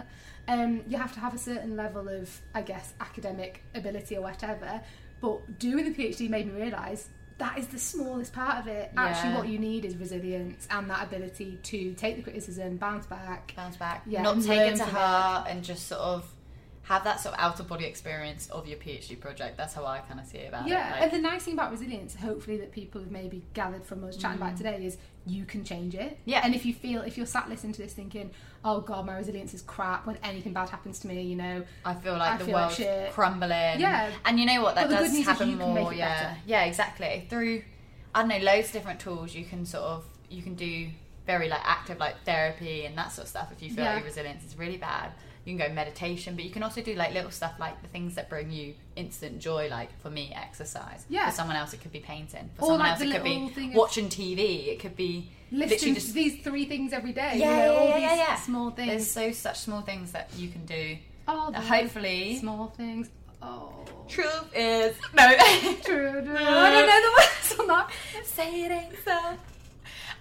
S2: that. Um, you have to have a certain level of, I guess, academic ability or whatever. But doing the PhD made me realise. That is the smallest part of it. Actually,
S1: Yeah.
S2: what you need is resilience and that ability to take the criticism, bounce back,
S1: bounce back,
S2: Yeah,
S1: not
S2: and
S1: take
S2: learn
S1: it to
S2: from it.
S1: heart, and just sort of have that sort of out of body experience of your PhD project. That's how I kind of see it about
S2: Yeah,
S1: it.
S2: and
S1: Like,
S2: the nice thing about resilience, hopefully, that people have maybe gathered from us chatting about today is you can change it.
S1: Mm. Yeah.
S2: And if you feel, if you're sat listening to this thinking, oh God, my resilience is crap when anything bad happens to me, you know,
S1: I feel like
S2: I
S1: the
S2: feel like
S1: world's
S2: shit.
S1: crumbling.
S2: Yeah.
S1: and you know what? That
S2: But the good
S1: does
S2: news is
S1: happen
S2: you can
S1: more.
S2: make it
S1: yeah,
S2: better.
S1: yeah, exactly. Through I don't know, loads of different tools you can sort of you can do very like active like therapy and that sort of stuff. If you feel
S2: Yeah.
S1: like your resilience is really bad, you can go meditation, but you can also do like little stuff like the things that bring you instant joy. Like for me, exercise.
S2: Yeah.
S1: For someone else, it could be painting. For
S2: Or,
S1: someone
S2: like,
S1: else,
S2: the
S1: it could
S2: little
S1: be
S2: thing of-
S1: watching TV. It could be
S2: lifting
S1: literally just
S2: these three things every day,
S1: Yeah,
S2: you know,
S1: yeah,
S2: all
S1: yeah,
S2: these
S1: yeah, yeah.
S2: small things.
S1: There's so such small things that you can do.
S2: oh,
S1: that
S2: the
S1: hopefully,
S2: small things. Oh.
S1: truth is *laughs* no.
S2: True, true. I don't know the words on that.
S1: Say it ain't so.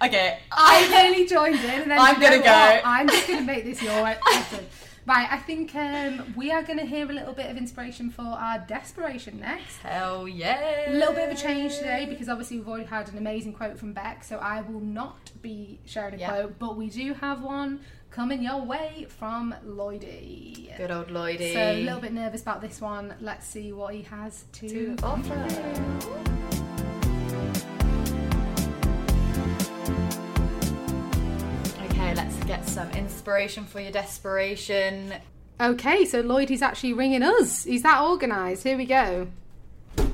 S1: Okay, *laughs*
S2: I
S1: I
S2: barely joined in, and then
S1: I'm
S2: you know
S1: gonna
S2: what?
S1: go.
S2: I'm just gonna make this your lesson. Right, I think um, we are gonna hear a little bit of inspiration for our desperation next.
S1: hell yeah.
S2: A little bit of a change today because obviously we've already had an amazing quote from Beck, so I will not be sharing a
S1: Yeah.
S2: quote, but we do have one coming your way from Lloydie.
S1: Good old Lloydie.
S2: So a little bit nervous about this one. Let's see what he has to,
S1: To offer. Okay, let's get some inspiration for your desperation.
S2: Okay, so Lloyd is actually ringing us. He's that organised. Here we go.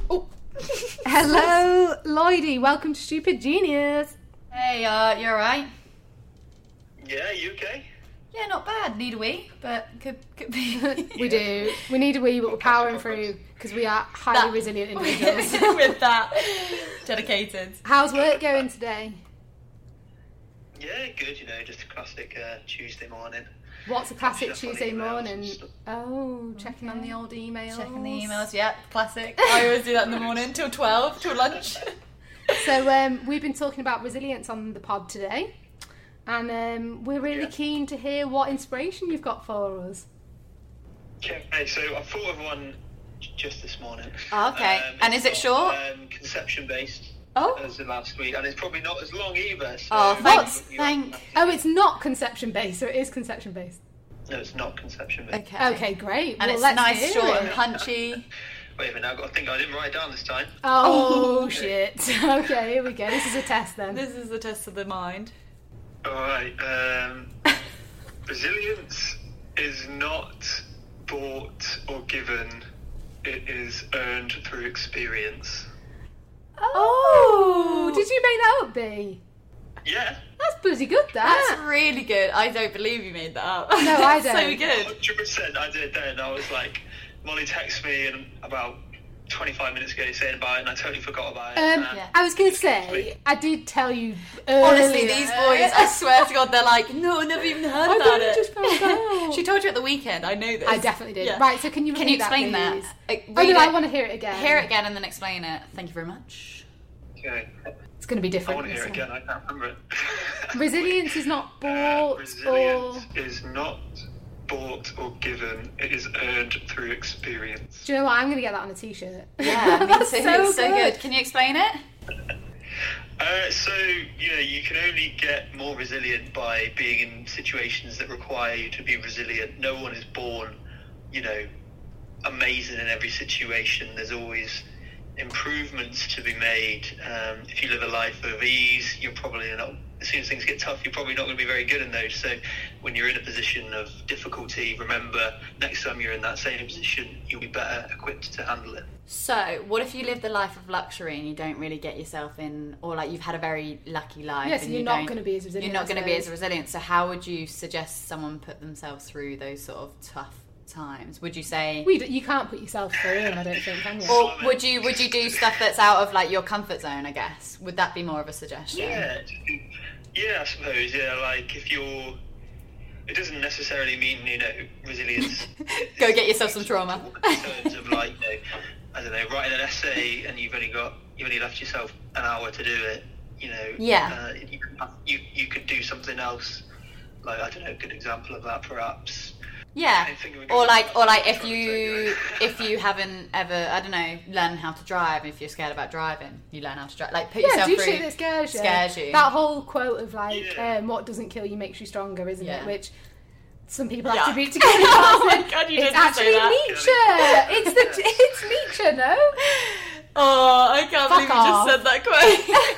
S1: Oh.
S2: *laughs* Hello, Lloydie. Welcome to Stupid Genius.
S1: Hey, uh, you alright?
S4: Yeah, you okay?
S1: Yeah, not bad. Need a wee, but could could be.
S2: *laughs*
S1: *laughs*
S2: We do. We need a wee, but we're powering through because we are highly
S1: That- *laughs*
S2: resilient individuals.
S1: with that, dedicated.
S2: How's work going today?
S4: Yeah, good. You know, just a classic uh, Tuesday morning.
S2: What's a classic
S4: Catching up on
S2: Tuesday
S4: emails and
S2: morning?
S4: stuff.
S2: Oh, checking on the old emails.
S1: Checking the emails, yeah, classic. I always do that
S2: *laughs*
S1: in the morning till 12, till lunch.
S2: So um, we've been talking about resilience on the pod today, and um, we're really
S4: Yeah.
S2: keen to hear what inspiration you've got for us.
S4: Okay, so I thought of one j- just this morning.
S1: Oh, okay. And
S4: it's
S1: is it
S4: not,
S1: short?
S4: Um, conception based
S1: *laughs* Oh,
S4: as the last week, and it's probably not as long either. So
S1: Oh, thanks,
S4: you- you have
S1: thank-
S4: to-
S2: Oh, it's not conception based, so it is conception based.
S4: No, it's not conception based.
S1: okay.
S2: Okay, great.
S1: And
S2: well,
S1: it's
S2: let's
S1: nice,
S2: hear
S1: short,
S2: it.
S1: and punchy.
S4: Wait a minute, I've got to think. I didn't write it down this time.
S2: Oh,
S1: Oh.
S2: shit. *laughs* Okay, here we go. This is a test then.
S1: This is the test of the mind.
S4: All right.
S1: *laughs*
S4: Um, resilience is not bought or given. It is earned through experience.
S2: oh, did you make that up, B?
S4: Yeah.
S2: That's bloody good.
S1: That's
S2: That.
S1: really good. I don't believe you made that up.
S2: No,
S1: *laughs*
S2: I
S1: so
S2: don't.
S1: good.
S4: Hundred percent, I did then. I was like, Molly texted me and about twenty-five minutes ago saying about it, and I totally forgot about it.
S2: Um,
S4: and
S2: I was gonna say I did tell you. Earlier.
S1: Honestly, these boys, I swear to God, they're like, no, I never even heard
S2: I
S1: about
S2: only
S1: it. *laughs*
S2: just found out.
S1: she told you at the weekend, I know this.
S2: *laughs* I definitely did.
S1: Yeah.
S2: Right. So can you
S1: Can you
S2: repeat
S1: explain that?
S2: please?
S1: Like,
S2: Oh
S1: read
S2: no, I
S1: it,
S2: want to hear it again.
S1: hear it again and then explain it. Thank you very
S2: *laughs*
S1: much.
S4: okay.
S2: It's gonna be
S4: I
S2: different.
S4: want to hear it
S2: this
S4: again. I can't remember it. *laughs*
S2: Resilience is not
S4: Uh,
S2: bought or
S4: resilience is not bought or given. It is earned through experience.
S2: Do you know what? I'm going to get that on a t-shirt.
S1: Yeah, me too.
S2: *laughs* That's
S1: so, good. Can you explain it?
S4: Uh, so you know, you can only get more resilient by being in situations that require you to be resilient. No one is born, you know, amazing in every situation. There's always improvements to be made. Um, if you live a life of ease, you're probably not. As soon as things get tough, you're probably not going to be very good in those. So, when you're in a position of difficulty, remember next time you're in that same position, you'll be better equipped to handle it.
S1: So, what if you live the life of luxury and you don't really get yourself in, or like you've had a very lucky life?
S2: Yeah, so
S1: and
S2: you're
S1: you
S2: not
S1: don't-
S2: gonna be as resilient
S1: You're not
S2: as
S1: going to be
S2: those.
S1: as resilient. So, how would you suggest someone put themselves through those sort of tough times? Would you say,
S2: We d you can't put yourself through it, I don't think, can you?
S1: or would you would you do stuff that's out of like your comfort zone? I guess would that be more of a suggestion?
S4: Yeah, yeah, I suppose. Yeah, like if you're, it doesn't necessarily mean you know resilience.
S1: *laughs* *laughs* Go get yourself some trauma.
S4: In terms of like, you know, I don't know, writing an essay and you've only got you've only left yourself an hour to do it. You know.
S1: Yeah.
S4: Uh, you, could have- you you could do something else. Like I don't know, a good example of that perhaps.
S1: *laughs* Yeah.
S4: I think we
S1: Or
S4: go-
S1: like or like if
S4: Try and take
S1: you
S4: it.
S1: if you haven't ever I don't know, learn how to drive, if you're scared about driving, you learn how to drive. Like put
S2: yeah,
S1: yourself
S2: do
S1: through
S2: shit that scares you.
S1: Scares you.
S2: That whole quote of like,
S4: Yeah.
S2: um, "What doesn't kill you makes you stronger," isn't
S1: Yeah.
S2: it? Which some people have
S1: Yeah.
S2: to be
S1: *laughs*
S2: together. oh
S1: my God, you
S2: it's
S1: did just
S2: actually
S1: say that.
S2: Nietzsche. It's the it's Nietzsche, no?
S1: *laughs* Oh, I can't
S2: Fuck
S1: believe you
S2: off.
S1: just said that *laughs* quote.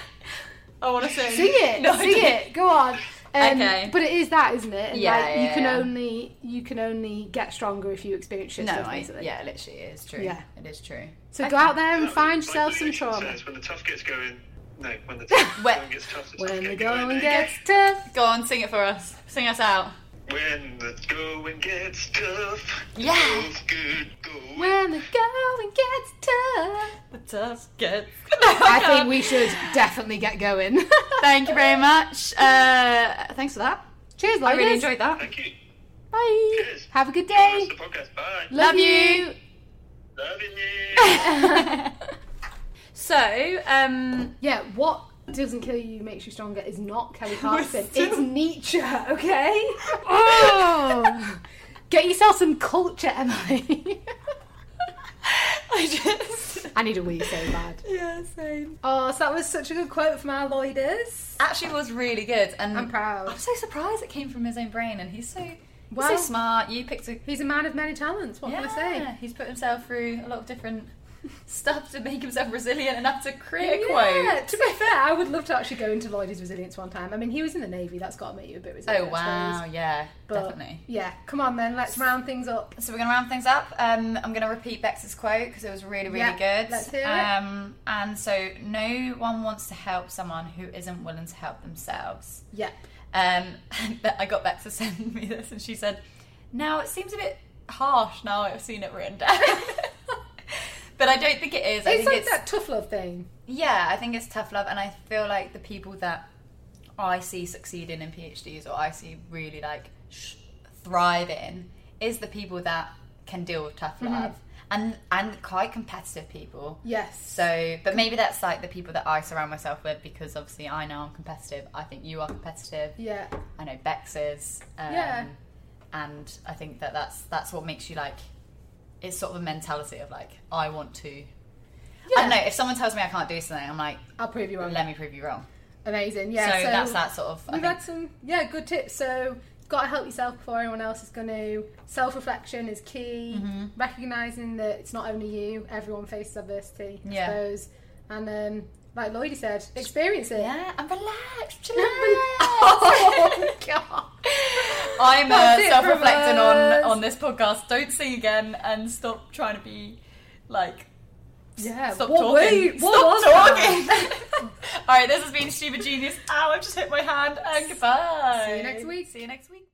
S1: I want to sing.
S2: Sing it,
S1: *laughs* No, I
S2: sing
S1: don't.
S2: it. Go on. Um,
S1: Okay.
S2: But it is that, isn't it? And
S1: Yeah,
S2: like, you
S1: yeah,
S2: can
S1: yeah.
S2: only you can only get stronger if you experience shit
S1: No,
S2: stuff,
S1: I,
S2: basically.
S1: yeah, literally, it is true.
S2: Yeah.
S1: It is true.
S2: So go out there and
S4: Like-
S2: find
S4: like
S2: yourself some
S4: Lucian
S2: trauma.
S4: says, When the tough gets going, no, when
S1: *laughs*
S4: the tough
S1: When-
S4: going gets tough, the tough
S2: When the
S4: get
S2: going
S4: going, eh?
S2: gets tough.
S1: Go on, sing it for us. Sing us out.
S4: When the going gets tough,
S1: Yeah.
S4: goes good, go.
S2: When the going gets tough.
S1: The tough *laughs* gets.
S2: I think we should definitely get *laughs* going.
S1: Thank you very much. Uh, thanks for that.
S2: Cheers,
S1: I
S2: ladies.
S1: really enjoyed that.
S4: Thank you.
S2: Bye.
S4: Cheers.
S2: Have a good
S4: That's
S2: day.
S4: the podcast. Bye.
S1: Love
S2: *laughs*
S1: you.
S4: Loving you.
S1: so, um,
S2: Yeah, what doesn't kill you makes you stronger is not *laughs* Kelly Clarkson.
S1: still-
S2: It's Nietzsche, okay?
S1: *laughs*
S2: Oh! *laughs* Get yourself some culture, Emily. *laughs*
S1: I just.
S2: I need a wee so bad.
S1: Yeah, same.
S2: Oh, so that was such a good quote from our Lloyders.
S1: Actually, was really good, and
S2: I'm
S1: I'm
S2: proud.
S1: so surprised it came from his own brain, and he's so he's
S2: Well-
S1: so smart. You picked a
S2: He's a man of many talents, what can I say?
S1: He's put himself through a lot of different *laughs* stuff to make himself resilient enough to create a
S2: Yeah,
S1: quote.
S2: to be fair, I would love to actually go into Lloyd's resilience one time. I mean, he was in the Navy, that's got to make you a bit resilient.
S1: Oh
S2: I suppose.
S1: wow, yeah,
S2: But,
S1: definitely.
S2: Yeah, come on then, let's round things up.
S1: So we're gonna round things up. Um, I'm gonna repeat Bex's quote because it was really, really
S2: Yeah,
S1: good.
S2: let's hear it.
S1: um, and so no one wants to help someone who isn't willing to help themselves.
S2: Yep.
S1: Um, *laughs* and Be- I got Bex to *laughs* send me this, and she said, "Now it seems a bit harsh. Now I've seen it written down, *laughs* but I don't think it is. I
S2: It's
S1: think
S2: like
S1: it's
S2: that tough love thing.
S1: yeah, I think it's tough love, and I feel like the people that I see succeeding in PhDs or I see really like sh- thriving is the people that can deal with tough
S2: Mm-hmm.
S1: love and and quite competitive people.
S2: Yes.
S1: So, but maybe that's like the people that I surround myself with because obviously I know I'm competitive. I think you are competitive.
S2: Yeah.
S1: I know Bex is. Um,
S2: Yeah.
S1: And I think that that's that's what makes you like. It's sort of a mentality of like I want to. I
S2: Yeah.
S1: don't know. If someone tells me I can't do something, I'm like,
S2: I'll prove you wrong.
S1: let me prove you wrong.
S2: Amazing. Yeah.
S1: so,
S2: So,
S1: that's that sort of. I
S2: We've
S1: think,
S2: had some yeah good tips. So got to help yourself before anyone else is going to. Self reflection is key.
S1: Mm-hmm.
S2: Recognizing that it's not only you. Everyone faces adversity. I
S1: Yeah.
S2: suppose. And um, like Lloydie said, experience it.
S1: yeah, and relax,
S2: *laughs* Oh,
S1: relax. *laughs* I'm uh,
S2: That's it from
S1: self-reflecting on
S2: us.
S1: on this podcast. Don't sing again and stop trying to be like
S2: Yeah.
S1: Stop
S2: Uh, what
S1: talking.
S2: were you- what was
S1: Stop talking. *laughs*
S2: that? *laughs*
S1: All right, this has been Stupid Genius. Ow, I've just hit my hand. And goodbye.
S2: See you next week.
S1: See you next week.